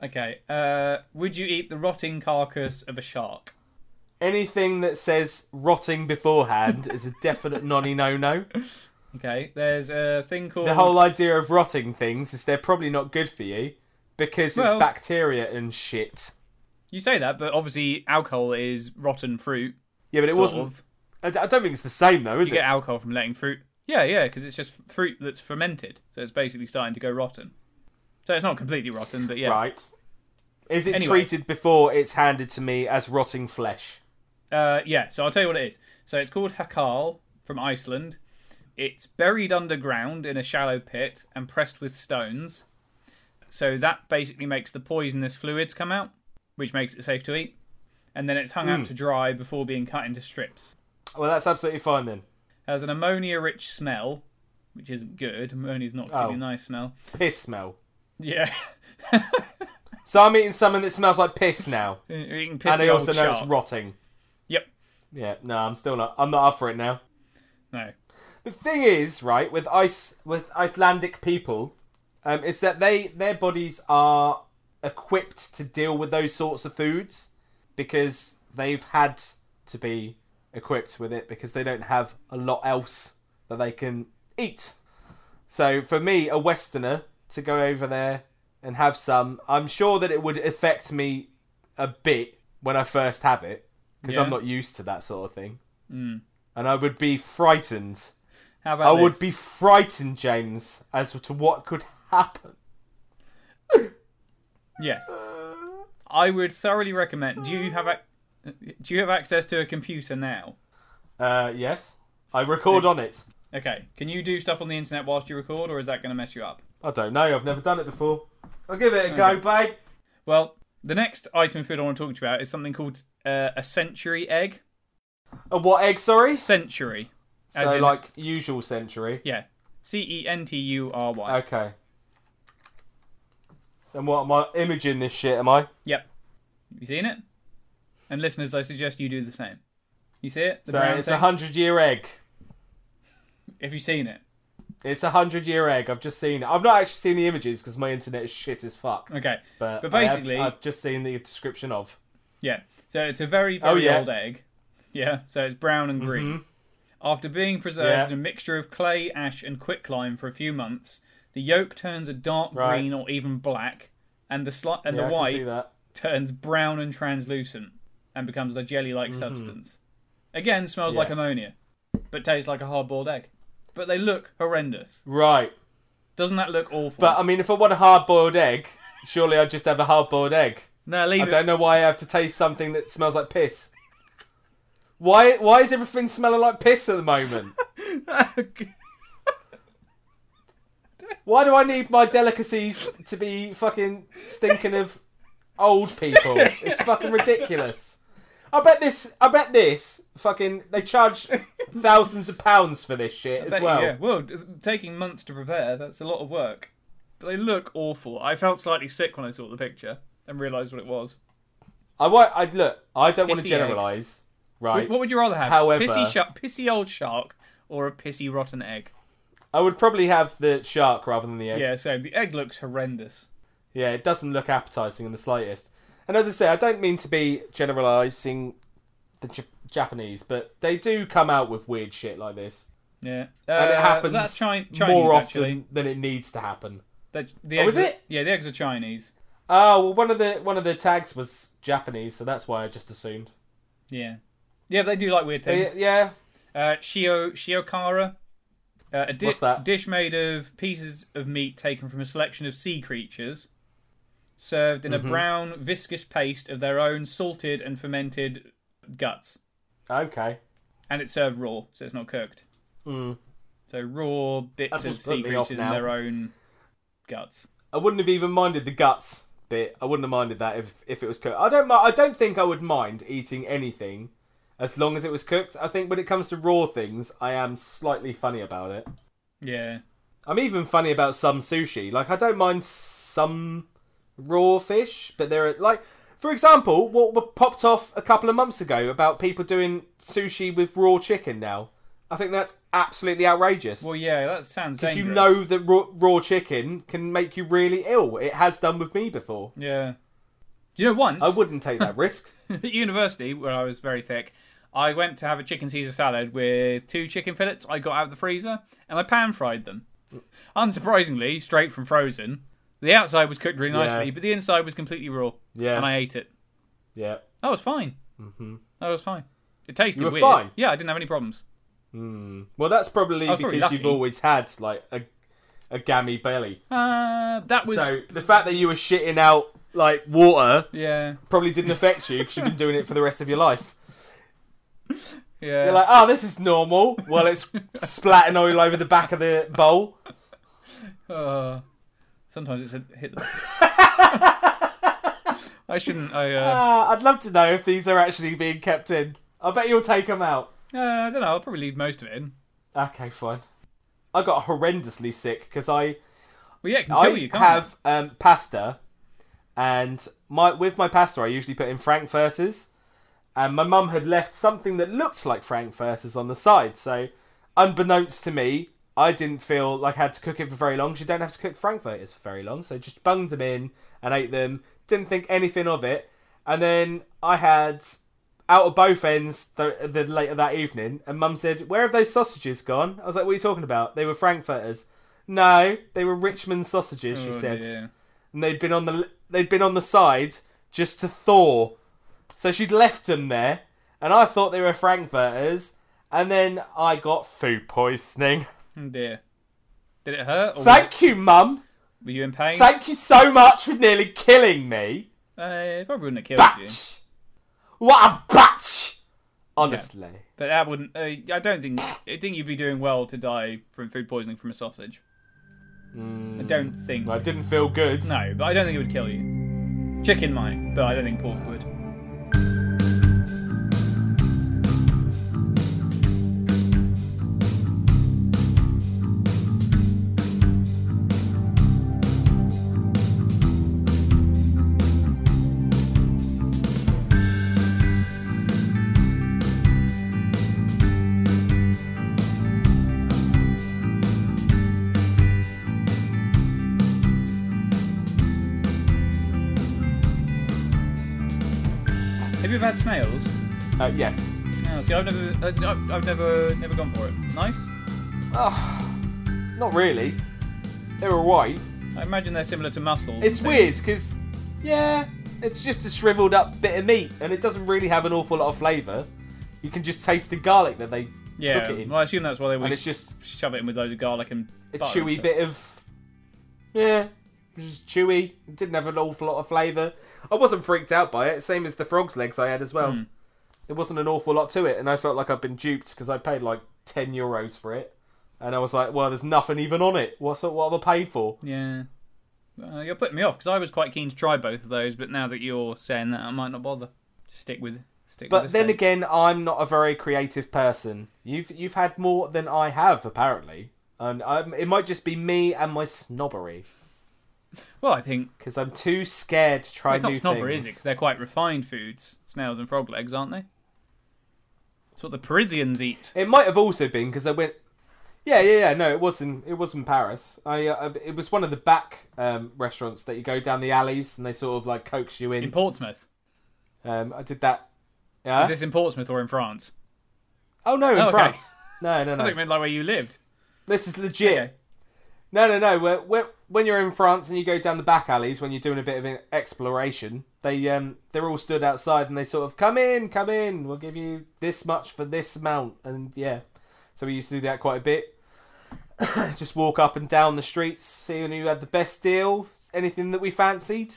S2: okay, uh, would you eat the rotting carcass of a shark?
S1: Anything that says rotting beforehand is a <laughs> definite nonny no no.
S2: Okay, there's a thing called
S1: the whole idea of rotting things is they're probably not good for you because
S2: Well-
S1: it's bacteria and shit.
S2: You say that, but obviously alcohol is rotten fruit.
S1: Yeah, but it
S2: sort
S1: wasn't.
S2: of.
S1: I d- I don't think it's the same though, is
S2: You get
S1: it?
S2: alcohol from letting fruit. Yeah, yeah, because it's just fruit that's fermented, so it's basically starting to go rotten. So it's not completely rotten, but yeah.
S1: Right. Is it
S2: Anyway.
S1: treated before it's handed to me as rotting flesh?
S2: Uh, yeah, so I'll tell you what it is. So it's called Hakal from Iceland. It's buried underground in a shallow pit and pressed with stones. So that basically makes the poisonous fluids come out, which makes it safe to eat. And then it's hung
S1: Hmm.
S2: out to dry before being cut into strips.
S1: Well, that's absolutely fine then.
S2: has an ammonia rich smell, which isn't good. Ammonia's not a
S1: Oh.
S2: particularly nice smell. <laughs>
S1: Piss smell.
S2: Yeah.
S1: So I'm eating something that smells like piss now,
S2: you can piss
S1: and I
S2: the old
S1: also know it's
S2: shark.
S1: rotting.
S2: Yep.
S1: Yeah. No, I'm still not. I'm not up for it now.
S2: No.
S1: The thing is, right, with ice with Icelandic people, um, is that they their bodies are equipped to deal with those sorts of foods because they've had to be equipped with it because they don't have a lot else that they can eat. So for me, a Westerner to go over there and have some, I'm sure that it would affect me a bit when I first have it because
S2: Yeah.
S1: I'm not used to that sort of thing, and I would be frightened.
S2: How
S1: I
S2: about
S1: would
S2: this?
S1: be frightened, James, as to what could happen.
S2: Yes.
S1: Uh,
S2: I would thoroughly recommend. Do you have ac- do you have access to a computer now?
S1: Uh, yes, I record on it.
S2: Okay. Can you do stuff on the internet whilst you record, or is that going to mess you up?
S1: I don't know. I've never done it before. I'll give it a go, babe.
S2: Well, the next item of food I want to talk to you about is something called uh, a century egg.
S1: A Uh, what egg? Sorry.
S2: Century. As
S1: so
S2: in-
S1: like usual century.
S2: Yeah. C E N T U R Y.
S1: Okay. And what am I imaging this shit? Am I?
S2: Yep. Have you seen it? And listeners, I suggest you do the same. You see it? The
S1: so
S2: brown
S1: it's a
S2: thing?
S1: hundred year egg.
S2: Have you seen it?
S1: It's a hundred year egg. I've just seen it. I've not actually seen the images because my internet is shit as fuck.
S2: Okay.
S1: But,
S2: But
S1: I have-
S2: basically-
S1: I've just seen the description of.
S2: Yeah. So it's a very, very
S1: Oh, yeah. Mm-hmm.
S2: old egg. Yeah. So it's brown and green. After being preserved
S1: Yeah.
S2: in a mixture of clay, ash, and quicklime for a few months, the yolk turns a dark
S1: Right.
S2: green or even black, and the sli- and
S1: yeah,
S2: the
S1: I can see
S2: white
S1: that.
S2: turns brown and translucent and becomes a jelly-like substance. Again, smells like
S1: Mm-hmm. Yeah.
S2: ammonia, but tastes like a hard-boiled egg. But they look horrendous.
S1: Right.
S2: Doesn't that look awful?
S1: But I mean, if I want a hard boiled egg, surely I'd just have a hard boiled egg.
S2: no, leave
S1: I
S2: it.
S1: don't know why I have to taste something that smells like piss. Why? Why is everything smelling like piss at the moment?
S2: <laughs>
S1: Why do I need my delicacies to be fucking stinking of old people? It's fucking ridiculous. I bet this. I bet this. Fucking. They charge thousands of pounds for this shit as
S2: Bet-
S1: well.
S2: Yeah, well, d- taking months to prepare, that's a lot of work. But they look awful. I felt slightly sick when I saw the picture and realised what it was.
S1: I won't. I look. I don't want
S2: Pissy
S1: to
S2: eggs.
S1: generalise. Right.
S2: What would you rather have?
S1: However-
S2: pissy, shark, pissy old shark or a pissy rotten egg?
S1: I would probably have the shark rather than the egg.
S2: Yeah, so the egg looks horrendous.
S1: Yeah, it doesn't look appetising in the slightest. And as I say, I don't mean to be generalising the J- Japanese, but they do come out with weird shit like this,
S2: Yeah,
S1: and
S2: Uh,
S1: it happens
S2: That's Chi- Chinese
S1: more often
S2: actually.
S1: than it needs to happen.
S2: The, the
S1: Oh,
S2: eggs
S1: is
S2: are-
S1: it?
S2: Yeah, the eggs are Chinese.
S1: Oh, well, one of the one of the tags was Japanese, so that's why I just assumed.
S2: Yeah, yeah, they do like weird
S1: But
S2: things.
S1: yeah,
S2: Uh, shio shiokara, uh, a di-
S1: What's that?
S2: dish made of pieces of meat taken from a selection of sea creatures, served in
S1: Mm-hmm.
S2: a brown viscous paste of their own salted and fermented guts,
S1: okay.
S2: and it's served raw, so it's not cooked.
S1: Mm.
S2: So raw bits
S1: That's
S2: of
S1: what's put
S2: sea
S1: me off
S2: creatures and
S1: now.
S2: their own guts.
S1: I wouldn't have even minded the guts bit. I wouldn't have minded that if if it was cooked. I don't. mi- I don't think I would mind eating anything as long as it was cooked. I think when it comes to raw things, I am slightly funny about it.
S2: Yeah,
S1: I'm even funny about some sushi. Like I don't mind some raw fish, but there are like, for example, what were popped off a couple of months ago about people doing sushi with raw chicken. Now, I think that's absolutely outrageous.
S2: well, yeah, that sounds
S1: Because
S2: dangerous.
S1: you know that raw, raw chicken can make you really ill. It has done with me before.
S2: Yeah. Do you know once?
S1: I wouldn't take
S2: <laughs>
S1: that risk.
S2: at university where I was very thick, I went to have a chicken Caesar salad with two chicken fillets I got out of the freezer and I pan fried them. Unsurprisingly, straight from frozen. The outside was cooked really nicely,
S1: Yeah.
S2: but the inside was completely raw,
S1: Yeah.
S2: and I ate it.
S1: Yeah.
S2: I was fine. Mm-hmm. I was fine. It tasted
S1: were
S2: weird.
S1: fine?
S2: Yeah, I didn't have any problems.
S1: Well, that's probably
S2: was probably
S1: because you've
S2: lucky.
S1: always had like a a gammy belly.
S2: Uh, that was
S1: So the fact that you were shitting out like water
S2: yeah,
S1: probably didn't affect you because you've been doing it for the rest of your life.
S2: yeah.
S1: You're like, oh, this is normal. Well, it's splatting all over the back of the bowl.
S2: Uh, sometimes it's a hit. The...
S1: <laughs>
S2: I shouldn't. I uh,
S1: Ah, I'd love to know if these are actually being kept in. I bet you'll take them out.
S2: uh, I don't know. I'll probably leave most of it in.
S1: Okay, fine. I got horrendously sick because I
S2: Well, yeah, it can
S1: I
S2: kill you. Can't it?
S1: have um, pasta, and my with my pasta I usually put in frankfurters, and my mum had left something that looked like frankfurters on the side. So, unbeknownst to me, I didn't feel like I had to cook it for very long. 'cause You don't have to cook frankfurters for very long, so just bunged them in and ate them. Didn't think anything of it, and then I had out of both ends the, the later that evening, and Mum said, "Where have those sausages gone?" I was like, "What are you talking about? They were frankfurters." No, they were Richmond sausages. She
S2: Oh,
S1: said,
S2: dear.
S1: and they'd been on the they'd been on the side just to thaw. So she'd left them there, and I thought they were frankfurters. And then I got food
S2: <laughs>
S1: poisoning.
S2: Oh, dear. Did it hurt? Or
S1: Thank you, Mum.
S2: were you in pain?
S1: Thank you so much for nearly killing me.
S2: uh, it probably wouldn't have killed you,
S1: Batch. What a batch. Honestly.
S2: but that wouldn't. Uh, I don't think. I think you'd be doing well to die from food poisoning from a sausage. I don't think.
S1: Hmm. I didn't feel good.
S2: No, but I don't think it would kill you. Chicken might, but I don't think pork would. Have you ever had snails?
S1: Uh, yes.
S2: No. See, I've never. I, I've- I've never. Never gone for it. Nice.
S1: Not really. They were white.
S2: I imagine they're similar to mussels.
S1: It's
S2: They-
S1: weird because, yeah, it's just a shriveled up bit of meat, and it doesn't really have an awful lot of flavour. You can just taste the garlic that they
S2: Yeah.
S1: cook it in,
S2: Well, I assume that's why they
S1: and
S2: would
S1: it's just
S2: shove it in with loads of garlic and
S1: a
S2: butter and
S1: chewy
S2: stuff.
S1: bit of, yeah, it was just chewy. It didn't have an awful lot of flavour. I wasn't freaked out by it. Same as the frog's legs I had as well. There wasn't an awful lot to it, and I felt like I'd been duped because I paid like ten euros for it, and I was like, well, there's nothing even on it. What's what have I paid for?
S2: Yeah. Uh, you're putting me off because I was quite keen to try both of those, but now that you're saying that, I might not bother. Stick with stick.
S1: But
S2: with
S1: then
S2: again,
S1: again, I'm not a very creative person. You've you've had more than I have apparently, and um, it might just be me and my snobbery
S2: well, I think
S1: because I'm too scared to try
S2: it's
S1: new
S2: not snobbery, is it?
S1: things.
S2: 'Cause they're quite refined foods, snails and frog legs, aren't they? It's what the Parisians eat.
S1: It might have also been because I went. Yeah, yeah, yeah. No, it wasn't. It wasn't Paris. I. Uh, it was one of the back um, restaurants that you go down the alleys and they sort of like coax you
S2: In
S1: in.
S2: Portsmouth,
S1: Um, I did that. Yeah.
S2: is this in Portsmouth or in France?
S1: Oh no, in
S2: Oh, okay.
S1: France. No, no,
S2: I think it
S1: no.
S2: meant like where you lived.
S1: This is legit.
S2: Okay.
S1: No, no, no. We're, we're, when you're in France and you go down the back alleys when you're doing a bit of e-, exploration, they um they're all stood outside and they sort of come in, come in. We'll give you this much for this amount, and yeah. So we used to do that quite a bit. <coughs> Just walk up and down the streets, seeing who had the best deal, anything that we fancied,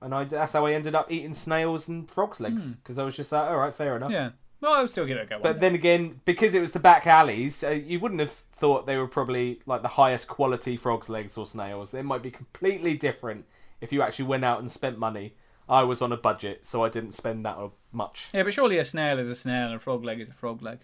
S1: and I that's how I ended up eating snails and frogs legs because I was just like, all right, fair enough.
S2: Yeah. Well, I would still give it a go. one
S1: But
S2: day.
S1: then again, because it was the back alleys, uh, you wouldn't have thought they were probably like the highest quality frogs legs or snails. It might be completely different if you actually went out and spent money. I was on a budget, so I didn't spend that much.
S2: yeah, but surely a snail is a snail and a frog leg is a frog leg.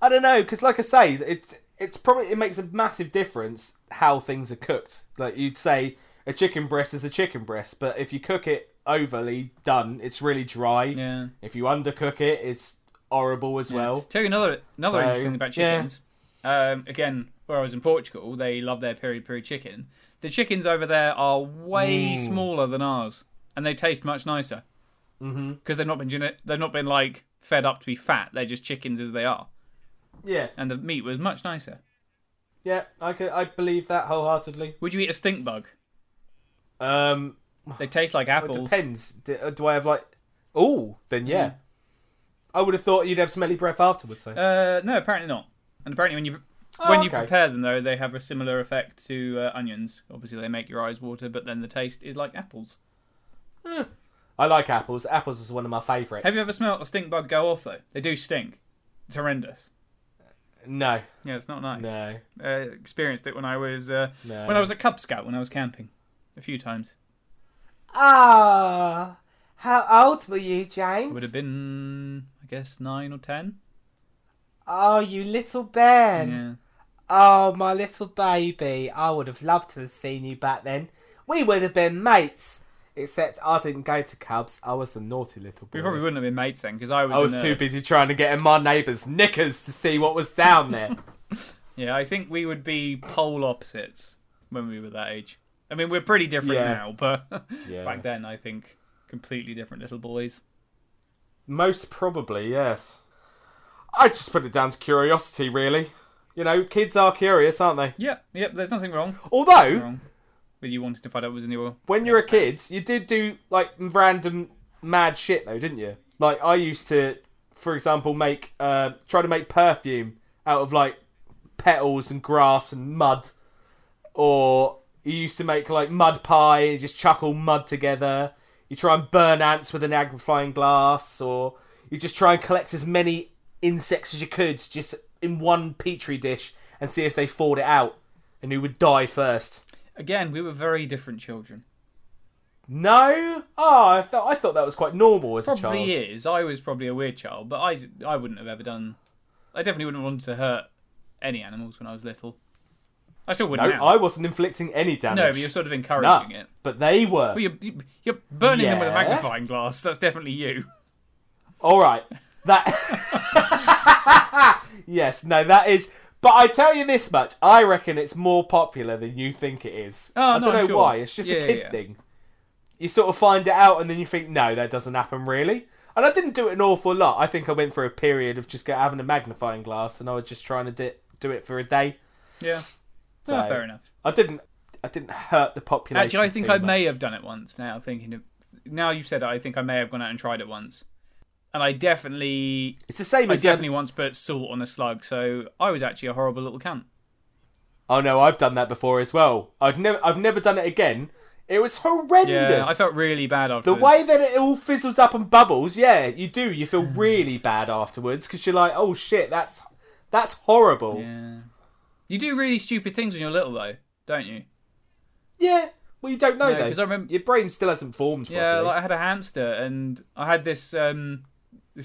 S1: I don't know because, like I say, it's it's probably it makes a massive difference how things are cooked. Like you'd say, a chicken breast is a chicken breast, but if you cook it overly done, it's really dry.
S2: Yeah.
S1: If you undercook it, it's horrible as well.
S2: Tell you another another
S1: So,
S2: interesting thing about
S1: yeah.
S2: chickens. Um, again, where I was in Portugal, they love their peri peri chicken. The chickens over there are way
S1: Mm.
S2: smaller than ours, and they taste much nicer
S1: Mm-hmm.
S2: because they've not been gene- they've not been like fed up to be fat. They're just chickens as they are,
S1: Yeah.
S2: and the meat was much nicer.
S1: Yeah, I could, I believe that wholeheartedly.
S2: Would you eat a stink bug?
S1: Um, <sighs>
S2: They taste like
S1: it
S2: apples. Hmm.
S1: depends. Do, uh, do I have like? Oh, then yeah. I would have thought you'd have smelly breath afterwards. So.
S2: Uh, no, apparently not. And apparently, when you
S1: Oh,
S2: when you
S1: okay.
S2: prepare them though, they have a similar effect to uh, onions. Obviously, they make your eyes water, but then the taste is like apples.
S1: I like apples. Apples is one of my favourites.
S2: Have you ever smelt a stink bug go off though? They do stink. It's horrendous.
S1: No,
S2: Yeah, it's not nice.
S1: no,
S2: Uh, experienced it when I was uh,
S1: no.
S2: when I was a Cub Scout when I was camping, a few times.
S1: ah, how old were you, James?
S2: Would have been I guess nine or ten.
S1: Oh, you little Ben.
S2: Yeah.
S1: Oh, my little baby. I would have loved to have seen you back then. We would have been mates. Except I didn't go to Cubs. I was a naughty little boy.
S2: We probably wouldn't have been mates then because I was.
S1: I was
S2: in a-
S1: too busy trying to get in my neighbour's knickers to see what was
S2: <laughs>
S1: down there.
S2: Yeah, I think we would be pole opposites when we were that age. I mean, we're pretty different
S1: Yeah.
S2: now, but <laughs>
S1: Yeah.
S2: back then I think completely different little boys.
S1: Most probably, yes. I just put it down to curiosity, really. You know, kids are curious, aren't they?
S2: Yep, yep. There's nothing wrong.
S1: Although,
S2: Wrong. But you wanted to find out what was in your
S1: when you were a kid, you did do like random mad shit, though, didn't you? Like I used to, for example, make uh, try to make perfume out of like petals and grass and mud, or you used to make like mud pie and just chuck all mud together. You try and burn ants with an magnifying glass, or you just try and collect as many insects as you could just in one petri dish and see if they fought it out and who would die first.
S2: Again, we were very different children.
S1: No. Oh, I thought I thought that was quite normal as a child.
S2: Probably is. I was probably a weird child, but I, I wouldn't have ever done. I definitely wouldn't want to hurt any animals when I was little. I still
S1: No,
S2: wouldn't. now.
S1: I wasn't inflicting any damage.
S2: no, but you're sort of encouraging it.
S1: But they were.
S2: Well, you're, you're burning them with a
S1: Yeah.
S2: magnifying glass. That's definitely you.
S1: All right.
S2: <laughs>
S1: That. <laughs> yes. No, that is. But I tell you this much: I reckon it's more popular than you think it is.
S2: Oh,
S1: I
S2: no,
S1: don't know
S2: I'm sure.
S1: why. It's just
S2: Yeah,
S1: a kid
S2: yeah.
S1: thing. You sort of find it out, and then you think, no, that doesn't happen really. And I didn't do it an awful lot. I think I went through a period of just go- having a magnifying glass, and I was just trying to di- do it for a day.
S2: Yeah.
S1: So-
S2: Oh, fair enough.
S1: I didn't. I didn't hurt the population.
S2: Actually, I think
S1: too
S2: I
S1: much.
S2: may have done it once. Now thinking of, now you've said it, I think I may have gone out and tried it once, and I definitely,
S1: It's the same
S2: I
S1: as um,
S2: definitely once put salt on a slug. So I was actually a horrible little cunt.
S1: Oh no, I've done that before as well. I've never, I've never done it again. It was horrendous.
S2: Yeah, I felt really bad after
S1: the way that it all fizzles up and bubbles. Yeah, you do. You feel really bad afterwards because you're like, oh shit, that's that's horrible. Yeah.
S2: Yeah. You do really stupid things when you're little, though, don't you?
S1: Well, you don't know
S2: No,
S1: though.
S2: 'cause I remem-
S1: your brain still hasn't formed.
S2: Yeah,
S1: properly.
S2: like I had a hamster, and I had this um, <laughs>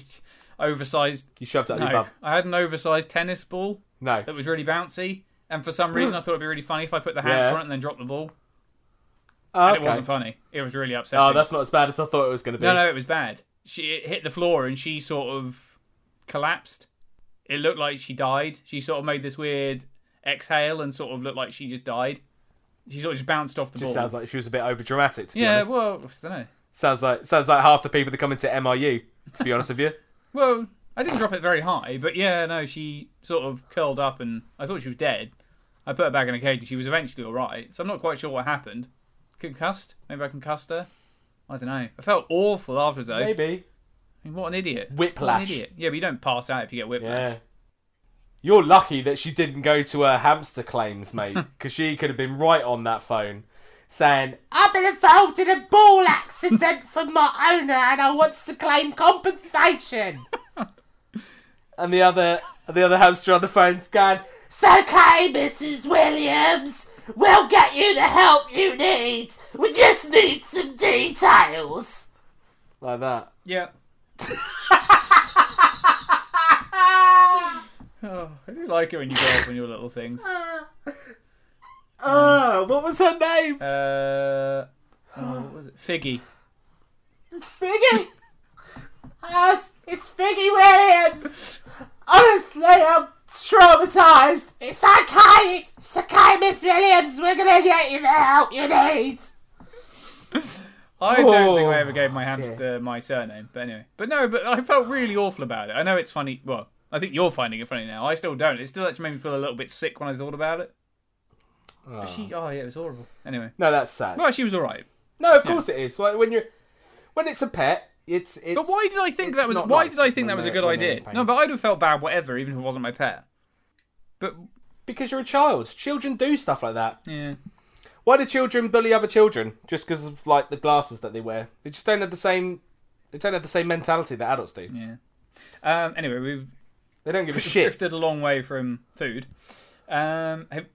S2: oversized.
S1: you shoved it up your
S2: No,
S1: bum.
S2: I had an oversized tennis ball
S1: No.
S2: that was really bouncy, and for some reason I thought it'd be really funny if I put the hamster
S1: Yeah.
S2: on it and then dropped the ball.
S1: Oh,
S2: And
S1: okay.
S2: It wasn't funny. It was really upsetting.
S1: Oh, that's not as bad as I thought it was going to be.
S2: No, no, it was bad. She it hit the floor and she sort of collapsed. It looked like she died. She sort of made this weird exhale and sort of looked like she just died. She sort of just bounced off the
S1: Just
S2: ball.
S1: sounds like she was a bit over dramatic. To be
S2: yeah,
S1: honest,
S2: well, I don't know.
S1: sounds like sounds like half the people that come into MIU. To be honest
S2: <laughs>
S1: with you.
S2: Well, I didn't drop it very high, but yeah, no, she sort of curled up and I thought she was dead. I put her back in a cage and she was eventually all right. So I'm not quite sure what happened. Concussed? Maybe I concussed her. I don't know. I felt awful after though. I
S1: Maybe.
S2: mean, what an idiot. What an
S1: Whiplash.
S2: idiot. Yeah, but you don't pass out if you get whiplash.
S1: Yeah. You're lucky that she didn't go to her hamster claims, <laughs> mate, because she could have been right on that phone saying, I've been involved in a ball accident from my owner and I wants to claim compensation. <laughs> and the other the other hamster on the phone's going, It's okay, Mrs. Williams. We'll get you the help you need. We just need some details. Like that.
S2: Yeah. Oh, I do like it when you grow up on your little
S1: <laughs>
S2: things.
S1: Oh, what was her name?
S2: Uh, oh, what was it? Figgy.
S1: Figgy! Us, it's Figgy Williams! Honestly, I'm traumatized! It's okay! It's okay, Miss Williams! We're gonna get you the help you need!
S2: I don't think
S1: Oh,
S2: I ever gave my hamster my surname, but anyway. But no, but I felt really awful about it. I know it's funny. Well, I think you're finding it funny now. I still don't. It still actually made me feel a little bit sick when I thought about it. But she,
S1: Ah.
S2: oh yeah, it was horrible. Anyway,
S1: No, that's sad.
S2: well, she was all right.
S1: No, of course it is. Like when you're, when it's a pet, it's it's.
S2: But why did I think
S1: it's
S2: that was?
S1: not
S2: Why
S1: nice
S2: did I think
S1: when
S2: that was a
S1: they're-
S2: good
S1: when they're in
S2: idea?
S1: pain.
S2: No, but I'd have felt bad whatever, even if it wasn't my pet. But
S1: because you're a child. Children do stuff like that.
S2: yeah,
S1: Why do children bully other children just because of like the glasses that they wear? They just don't have the same. They don't have the same mentality that adults do.
S2: yeah. Um, anyway, we've
S1: They don't give
S2: <laughs>
S1: a <laughs> shit.
S2: drifted a long way from food. Um, have-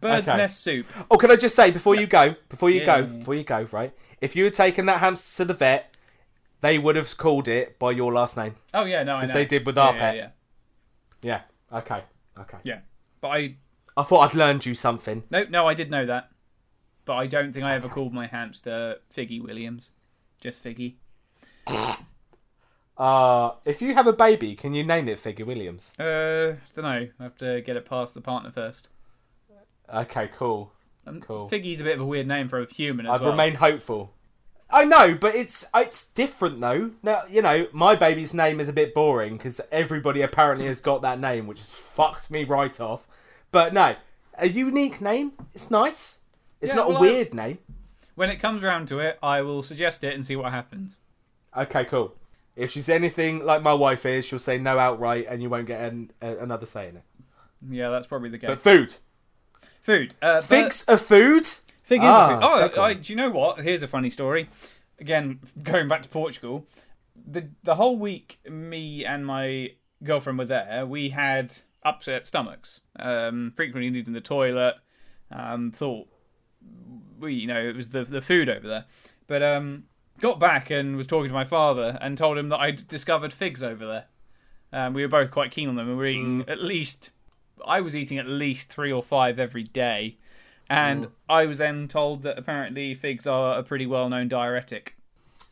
S2: bird's
S1: Okay.
S2: nest soup.
S1: Oh, can I just say before you go, before you
S2: Yeah,
S1: go,
S2: yeah, yeah.
S1: before you go, right? If you had taken that hamster to the vet, they would have called it by your last name.
S2: Oh yeah, no, I know.
S1: they did with
S2: yeah,
S1: our
S2: yeah,
S1: pet.
S2: Yeah,
S1: Yeah. Okay. Okay.
S2: yeah. But I
S1: I thought I'd learned you something.
S2: no, no, I did know that. But I don't think I ever called my hamster Figgy Williams, just Figgy.
S1: Uh, if you have a baby, can you name it Figgy Williams?
S2: Uh, don't know. I have to get it past the partner first.
S1: Okay, cool.
S2: Um,
S1: Cool.
S2: Figgy's a bit of a weird name for a human as
S1: I've
S2: well.
S1: remained hopeful. I know, but it's uh, it's different though. Now you know my baby's name is a bit boring because everybody apparently has got that name, which has fucked me right off. But no, a unique name. It's nice. It's
S2: Yeah,
S1: not
S2: well,
S1: a
S2: I-
S1: weird name.
S2: When it comes round to it, I will suggest it and see what happens.
S1: Okay, cool. If she's anything like my wife is, she'll say no outright, and you won't get an, a, another say in it.
S2: Yeah, that's probably the case.
S1: But food,
S2: food. Uh, but-
S1: figs are food.
S2: Fig is
S1: Ah,
S2: a fig. Oh,
S1: second.
S2: I, do you know what? Here's a funny story. Again, <laughs> going back to Portugal, the the whole week me and my girlfriend were there. We had upset stomachs, um, frequently needing the toilet. Um, thought we, you know, it was the the food over there. But um, got back and was talking to my father and told him that I'd discovered figs over there. Um, we were both quite keen on them, and we were
S1: Mm.
S2: eating at least. I was eating at least three or five every day,
S1: Mm.
S2: and I was then told that apparently figs are a pretty well-known diuretic.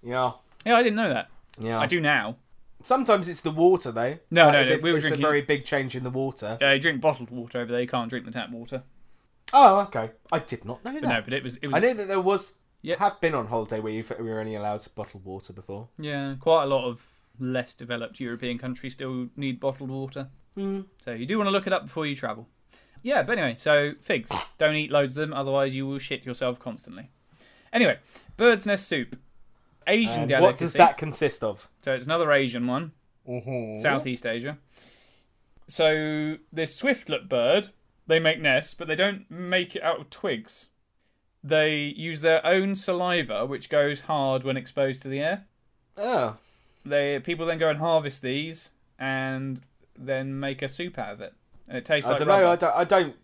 S1: Yeah,
S2: Yeah, I didn't know that.
S1: yeah.
S2: I do now.
S1: Sometimes it's the water though.
S2: No, no, no,
S1: it's,
S2: we were
S1: it's
S2: drinking-
S1: a very big change in the water.
S2: Uh, you drink bottled water over there. You can't drink the tap water.
S1: Oh, okay. I did not know that.
S2: But no, but it was it was
S1: I knew that there was.
S2: Yeah.
S1: Have been on holiday where you we were only allowed to bottle water before.
S2: yeah quite a lot of less developed European countries still need bottled water.
S1: Mm.
S2: So you do want to look it up before you travel. Yeah, but anyway, so figs. Don't eat loads of them, otherwise you will shit yourself constantly. Anyway, bird's nest soup. Asian
S1: And
S2: delicacy.
S1: what does that consist of?
S2: So it's another Asian one, Southeast Asia. So this swiftlet bird, they make nests, but they don't make it out of twigs. They use their own saliva, which goes hard when exposed to the air.
S1: Oh,
S2: They people then go and harvest these and then make a soup out of it, and it tastes
S1: I
S2: like
S1: don't know. I
S2: rubber.
S1: don't. I don't.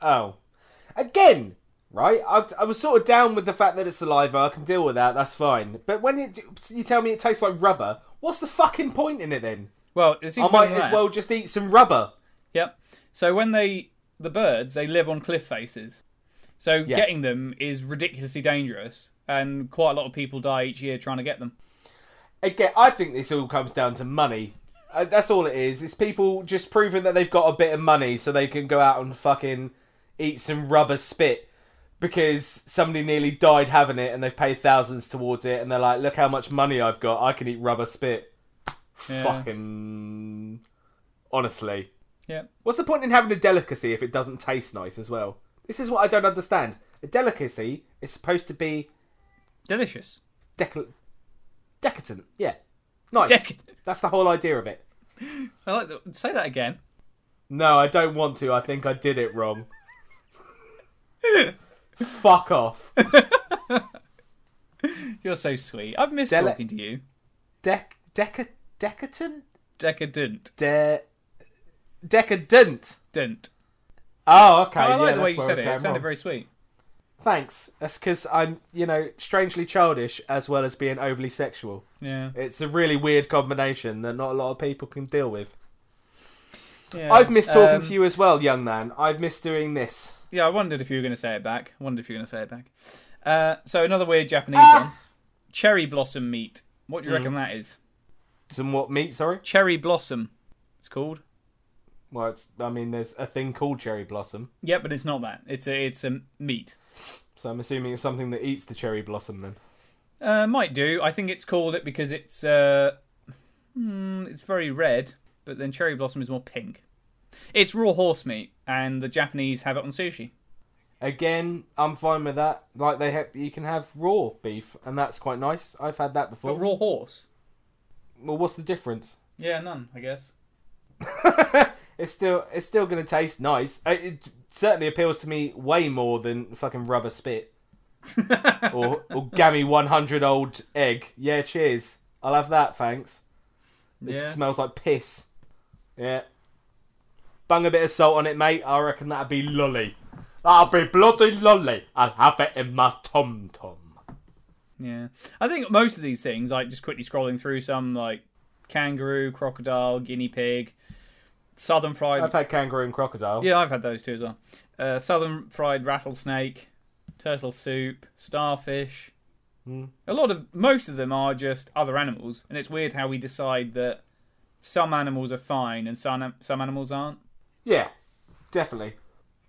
S1: Oh, again, right? I, I was sort of down with the fact that it's saliva. I can deal with that. That's fine. But when it, you tell me it tastes like rubber, what's the fucking point in it then?
S2: well, it's
S1: I
S2: even
S1: might
S2: better than
S1: as
S2: that.
S1: well just eat some rubber.
S2: Yep. So when they the birds, they live on cliff faces. So getting them is ridiculously dangerous, and quite a lot of people die each year trying to get them.
S1: Again, I think this all comes down to money. Uh, that's all it is. It's people just proving that they've got a bit of money so they can go out and fucking eat some rubber spit because somebody nearly died having it and they've paid thousands towards it and they're like, look how much money I've got. I can eat rubber spit.
S2: Yeah.
S1: Fucking. Honestly.
S2: Yeah.
S1: What's the point in having a delicacy if it doesn't taste nice as well? This is what I don't understand. A delicacy is supposed to be
S2: Delicious.
S1: decal- decadent. Yeah. Nice.
S2: Dec-
S1: That's the whole idea of it.
S2: I like the, say that again.
S1: No, I don't want to. I think I did
S2: <laughs>
S1: it wrong. Fuck off.
S2: You're so sweet. I've missed
S1: Deli-
S2: talking to you.
S1: Dec- deca- decadent?
S2: Decadent.
S1: De- decadent.
S2: Dent.
S1: Oh, okay.
S2: I
S1: yeah,
S2: like the
S1: that's
S2: way you
S1: where I was
S2: said it.
S1: going
S2: It sounded
S1: wrong.
S2: very sweet.
S1: Thanks. That's because I'm, you know, strangely childish as well as being overly sexual.
S2: Yeah.
S1: It's a really weird combination that not a lot of people can deal with.
S2: yeah.
S1: I've missed talking
S2: Um,
S1: to you as well, young man. I've missed doing this.
S2: Yeah, I wondered if you were going to say it back. I wondered if you were going to say it back. Uh, so another weird Japanese
S1: Ah!
S2: one. Cherry blossom meat. What
S1: Hmm.
S2: do you reckon that is?
S1: Some what meat? Sorry.
S2: Cherry blossom. It's called.
S1: Well, it's. I mean, there's a thing called cherry blossom,
S2: Yeah, but it's not that. It's a it's a meat.
S1: so I'm assuming it's something that eats the cherry blossom. Then
S2: Uh, might do. I think it's called it because it's uh, hmm, it's very red, but then cherry blossom is more pink. It's raw horse meat, and the Japanese have it on sushi.
S1: again, I'm fine with that. Like they have, you can have raw beef, and that's quite nice. I've had
S2: But
S1: that before.
S2: raw horse?
S1: well, what's the difference?
S2: Yeah, none, I guess. <laughs>
S1: it's still it's still going to taste nice. It, it certainly appeals to me way more than fucking rubber spit or or gammy one hundred old egg. Yeah, cheers. I'll have that, thanks. It
S2: Yeah.
S1: smells like piss. Yeah. Bung a bit of salt on it, mate. I reckon that'd be lolly. That'll be bloody lolly. I'll have it in my tom tom.
S2: Yeah, I think most of these things, like just quickly scrolling through some, like kangaroo, crocodile, guinea pig, southern fried.
S1: I've had kangaroo and crocodile.
S2: Yeah, I've had those too as well. Uh, southern fried rattlesnake, turtle soup, starfish.
S1: Hmm.
S2: A lot of most of them are just other animals, and it's weird how we decide that some animals are fine and some some animals aren't.
S1: Yeah, definitely.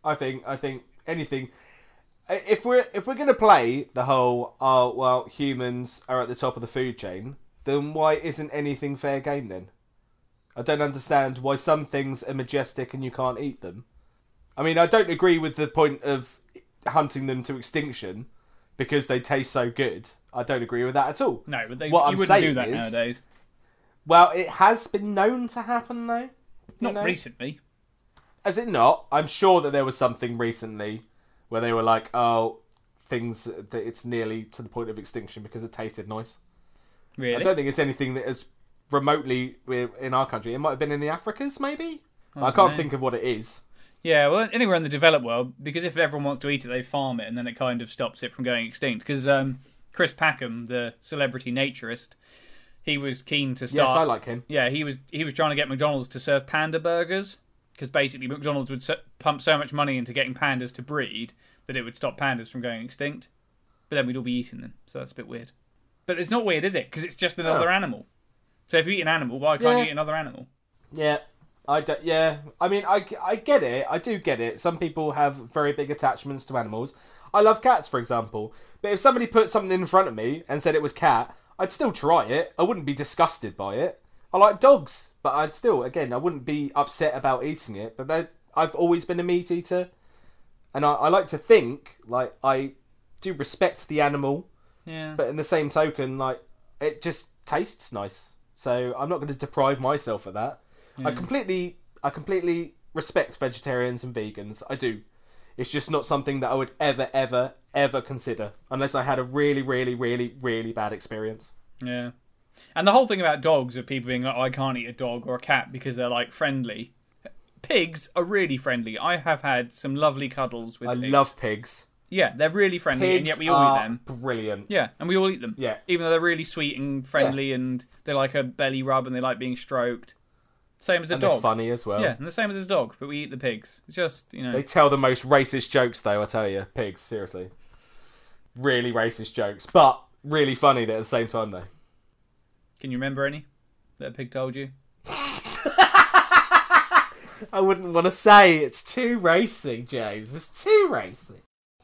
S1: I think I think anything. I- If we're if we're gonna play the whole oh well humans are at the top of the food chain, then why isn't anything fair game then? I don't understand why some things are majestic and you can't eat them. I mean, I don't agree with the point of hunting them to extinction because they taste so good. I don't agree with that at all.
S2: No, but they
S1: What
S2: you
S1: I'm
S2: wouldn't do
S1: saying
S2: that
S1: is-
S2: nowadays.
S1: Well, it has been known to happen though. you
S2: Not
S1: know?
S2: recently.
S1: Has it not? I'm sure that there was something recently where they were like, oh, things that it's nearly to the point of extinction because it tasted nice. I
S2: Really?
S1: don't think it's anything that is remotely we're- in our country. It might have been in the Africas, maybe? I can't
S2: know.
S1: think of what it is.
S2: Yeah, well, anywhere in the developed world, because if everyone wants to eat it, they farm it, and then it kind of stops it from going extinct. Because um, Chris Packham, the celebrity naturist, he was keen to
S1: Yes,
S2: start.
S1: I like him.
S2: Yeah, he was he was trying to get McDonald's to serve panda burgers because basically McDonald's would so, pump so much money into getting pandas to breed that it would stop pandas from going extinct. But then we'd all be eating them, so that's a bit weird. But it's not weird, is it? Because it's just another
S1: Oh.
S2: animal. So if you eat an animal, why can't you
S1: Yeah.
S2: eat another animal?
S1: Yeah. I do, yeah, I mean, I, I get it. I do get it. Some people have very big attachments to animals. I love cats, for example. But if somebody put something in front of me and said it was cat, I'd still try it. I wouldn't be disgusted by it. I like dogs, but I'd still, again, I wouldn't be upset about eating it. But they're- I've always been a meat eater. And I, I like to think, like, I do respect the animal.
S2: Yeah.
S1: But in the same token, like it just tastes nice. So I'm not going to deprive myself of that. I completely, I completely respect vegetarians and vegans. I do. It's just not something that I would ever, ever, ever consider unless I had a really, really, really, really bad experience.
S2: Yeah. And the whole thing about dogs of people being like, oh, I can't eat a dog or a cat because they're like friendly. Pigs are really friendly. I have had some lovely cuddles with
S1: I
S2: pigs.
S1: love pigs.
S2: Yeah, they're really friendly,
S1: Pigs
S2: and yet we all
S1: are
S2: eat them.
S1: brilliant.
S2: Yeah, and we all eat them.
S1: Yeah.
S2: Even though they're really sweet and friendly and they like a belly rub and they like being stroked. Same as a
S1: And they're
S2: dog.
S1: funny as well.
S2: Yeah, and the same as his dog, but we eat the pigs. It's just, you know.
S1: They tell the most racist jokes, though. I tell you, pigs. Seriously, really racist jokes, but really funny at the same time, though.
S2: Can you remember any that a pig told you?
S1: I wouldn't want to say it's too racing, James. It's too racing.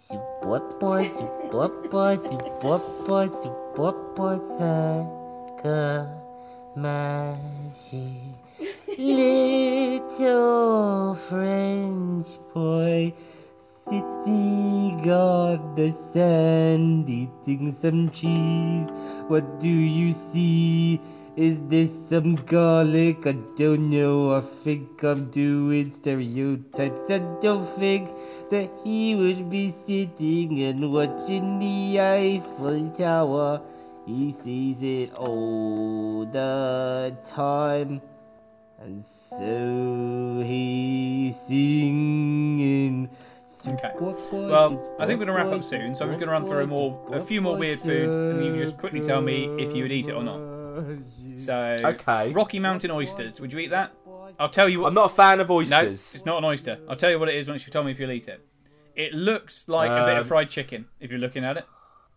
S3: Суббота, суббота, суббота, суббота, ка, маши, Little French boy sitting on the sand eating some cheese. What do you see? Is this some garlic? I don't know. I think I'm doing stereotypes. I don't think that he would be sitting and watching the Eiffel Tower. He sees it all the time. And so he's singing.
S2: Okay. Well, I think we're gonna wrap up soon, so I'm just gonna run through more, a few more weird foods, and you just quickly tell me if you would eat it or not. So,
S1: Okay.
S2: Rocky Mountain oysters. Would you eat that? I'll tell you what.
S1: I'm not a fan of
S2: no,
S1: oysters.
S2: it's not an oyster. I'll tell you what it is once you tell me if you'll eat it. It looks like a bit of
S1: Um,
S2: fried chicken if you're looking at it.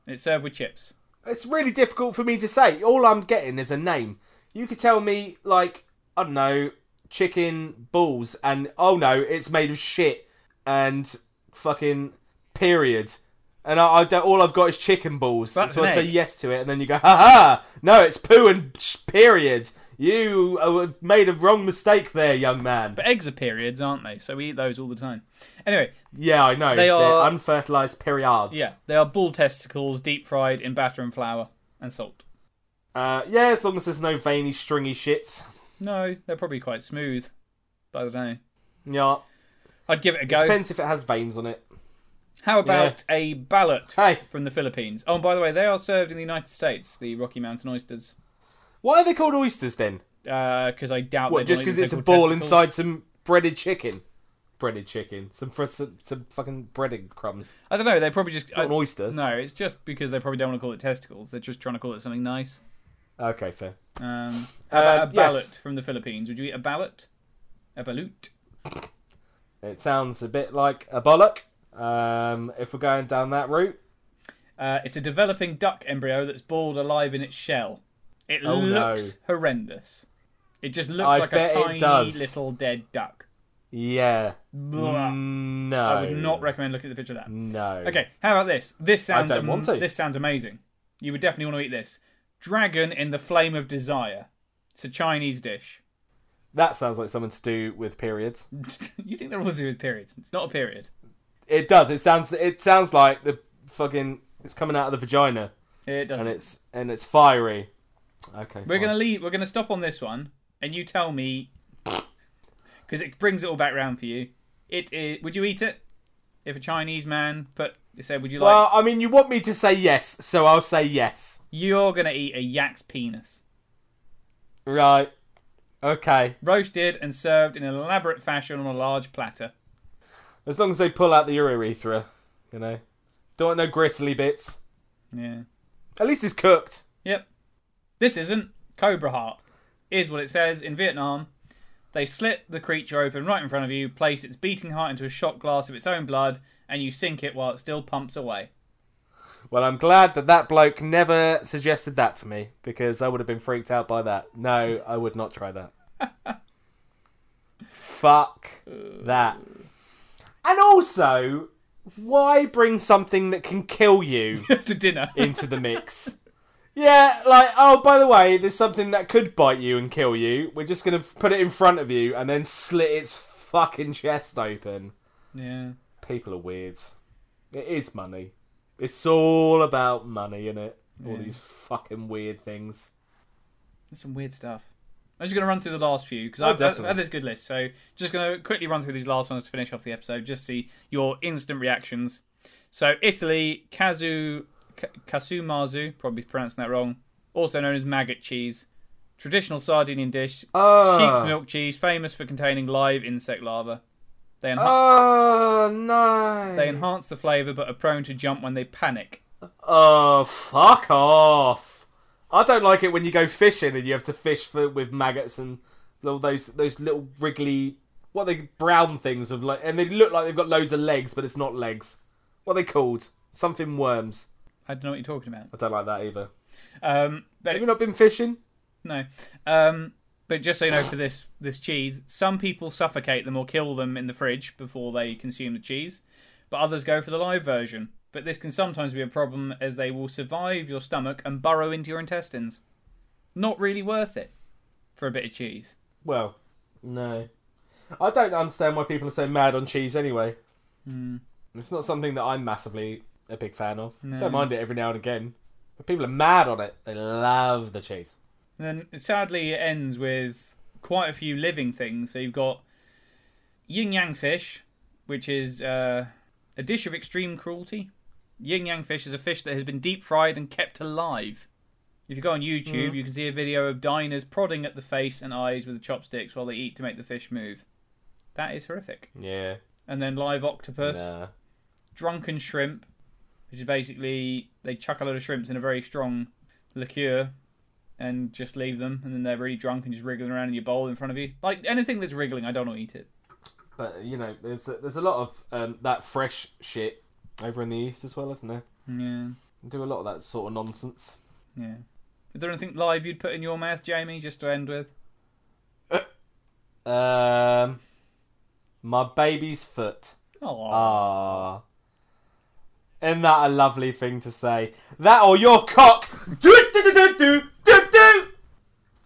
S2: It's served with chips.
S1: It's really difficult for me to say. All I'm getting is a name. You could tell me like I don't know, chicken balls, and oh no, it's made of shit and fucking period. And I, I don't, all I've got is chicken balls,
S2: That's
S1: so
S2: an
S1: I'd say
S2: egg.
S1: yes to it, and then you go, ha ha. No, it's poo and sh- period. You uh, made a wrong mistake there, young man.
S2: But eggs are periods, aren't they? So we eat those all the time. Anyway,
S1: yeah, I know.
S2: They
S1: They're
S2: are-
S1: unfertilized periods.
S2: yeah, they are bull testicles, deep fried in batter and flour and salt.
S1: Uh, yeah, as long as there's no veiny, stringy shits.
S2: No, they're probably quite smooth. But I don't know.
S1: Yeah.
S2: I'd give it a go.
S1: Depends if it has veins on it.
S2: How about a ballot
S1: Hey.
S2: from the Philippines? Oh, and by the way, they are served in the United States, the Rocky Mountain oysters.
S1: Why are they called oysters then?
S2: Because I doubt
S1: What,
S2: they're
S1: just
S2: not
S1: because
S2: even
S1: it's a
S2: pickled
S1: ball
S2: testicles.
S1: inside some breaded chicken? Breaded chicken. Some fr- some, some fucking breaded crumbs.
S2: I don't know. They probably just
S1: not an
S2: I-
S1: oyster.
S2: No, it's just because they probably don't want to call it testicles. They're just trying to call it something nice.
S1: Okay, fair.
S2: Um, how
S1: Uh,
S2: about a
S1: yes.
S2: ballot from the Philippines? Would you eat a ballot? A balut?
S1: It sounds a bit like a bollock. Um, if we're going down that route,
S2: Uh, it's a developing duck embryo that's boiled alive in its shell. It
S1: Oh, no.
S2: looks horrendous. It just looks
S1: I
S2: like
S1: bet
S2: a
S1: it
S2: tiny
S1: does.
S2: little dead duck.
S1: yeah,
S2: Blah.
S1: no,
S2: uh, I would not recommend looking at the picture of that.
S1: No.
S2: Okay, how about this? This sounds
S1: don't want to.
S2: this sounds amazing. You would definitely want to eat this. Dragon in the flame of desire. It's a Chinese dish. <laughs>
S1: that sounds like something to do with periods.
S2: you think they're all to do with periods? It's not a period.
S1: It does. It sounds. It sounds like the fucking. It's coming out of the vagina,
S2: It doesn't.
S1: and it's and it's fiery. Okay,
S2: We're
S1: fine.
S2: gonna leave. We're gonna stop on this one, and you tell me, because it brings it all back round for you. It is. Would you eat it if a Chinese man put said, "Would you like?"
S1: Well, I mean, you want me to say yes, so I'll say yes.
S2: You're gonna eat a yak's penis,
S1: Right. Okay.
S2: roasted and served in an elaborate fashion on a large platter.
S1: As long as they pull out the urethra, you know. Don't want no gristly bits.
S2: Yeah.
S1: At least it's cooked.
S2: Yep. This isn't Cobra Heart. Is what it says in Vietnam. They slit the creature open right in front of you, place its beating heart into a shot glass of its own blood, and you sink it while it still pumps away. <laughs>
S1: Well, I'm glad that that bloke never suggested that to me because I would have been freaked out by that. No, I would not try that. Fuck that. And also, why bring something that can kill you
S2: to dinner.
S1: into the mix. Yeah, like oh, by the way, there's something that could bite you and kill you. We're just gonna f- put it in front of you and then slit its fucking chest open.
S2: yeah.
S1: People are weird. It is money. It's all about money, innit? it? All
S2: Yeah.
S1: these fucking weird things.
S2: There's some weird stuff. I'm just going to run through the last few because
S1: Oh,
S2: I've, I've
S1: definitely.
S2: had this good list. So just going to quickly run through these last ones to finish off the episode. Just see your instant reactions. So Italy, Kazu, K- Kasumazu, probably pronouncing that wrong, also known as maggot cheese, traditional Sardinian dish, sheep's
S1: Oh,
S2: milk cheese, famous for containing live insect larvae. They, enha-
S1: oh no!
S2: they enhance the flavour but are prone to jump when they panic.
S1: Oh, fuck off! I don't like it when you go fishing and you have to fish for, with maggots and all those those little wriggly, what are they brown things of like, and they look like they've got loads of legs, but it's not legs. What are they called? Something worms.
S2: I don't know what you're talking about.
S1: I don't like that either.
S2: Um, but
S1: Have you not been fishing?
S2: No. Um, but just so you know, for this this cheese, some people suffocate them or kill them in the fridge before they consume the cheese, but others go for the live version. But this can sometimes be a problem as they will survive your stomach and burrow into your intestines. Not really worth it for a bit of cheese.
S1: Well, no. I don't understand why people are so mad on cheese anyway.
S2: Mm.
S1: It's not something that I'm massively a big fan of.
S2: No.
S1: Don't mind it every now and again. But people are mad on it. They love the cheese.
S2: And then sadly, it ends with quite a few living things. So you've got yin yang fish, which is uh, a dish of extreme cruelty. Yin yang fish is a fish that has been deep fried and kept alive. If you go on YouTube, you can see a video of diners prodding at the face and eyes with chopsticks while they eat to make the fish move. That is horrific.
S1: Yeah.
S2: And then live octopus
S1: Nah.
S2: drunken shrimp, which is basically they chuck a load of shrimps in a very strong liqueur and just leave them, and then they're really drunk and just wriggling around in your bowl in front of you. Like anything that's wriggling, I don't want to eat it.
S1: But you know, there's a, there's a lot of um, that fresh shit over in the east as well, isn't there?
S2: Yeah,
S1: They do a lot of that sort of nonsense.
S2: yeah. Is there anything live you'd put in your mouth, Jamie, just to end with?
S1: Um, my baby's foot.
S2: Oh,
S1: Ah. Isn't that a lovely thing to say? That or your cock! Do, do, do, do, do, do, do.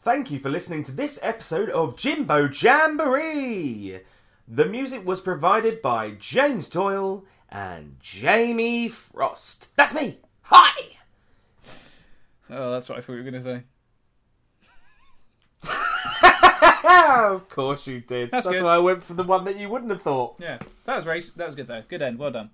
S1: Thank you for listening to this episode of Jimbo Jamboree! The music was provided by James Doyle and Jamie Frost. That's me! Hi!
S2: oh that's what I thought you were going to say.
S1: of course you did.
S2: That's
S1: That's
S2: good.
S1: why I went for the one that you wouldn't have thought.
S2: Yeah, that was race. That was good though. Good end. Well done.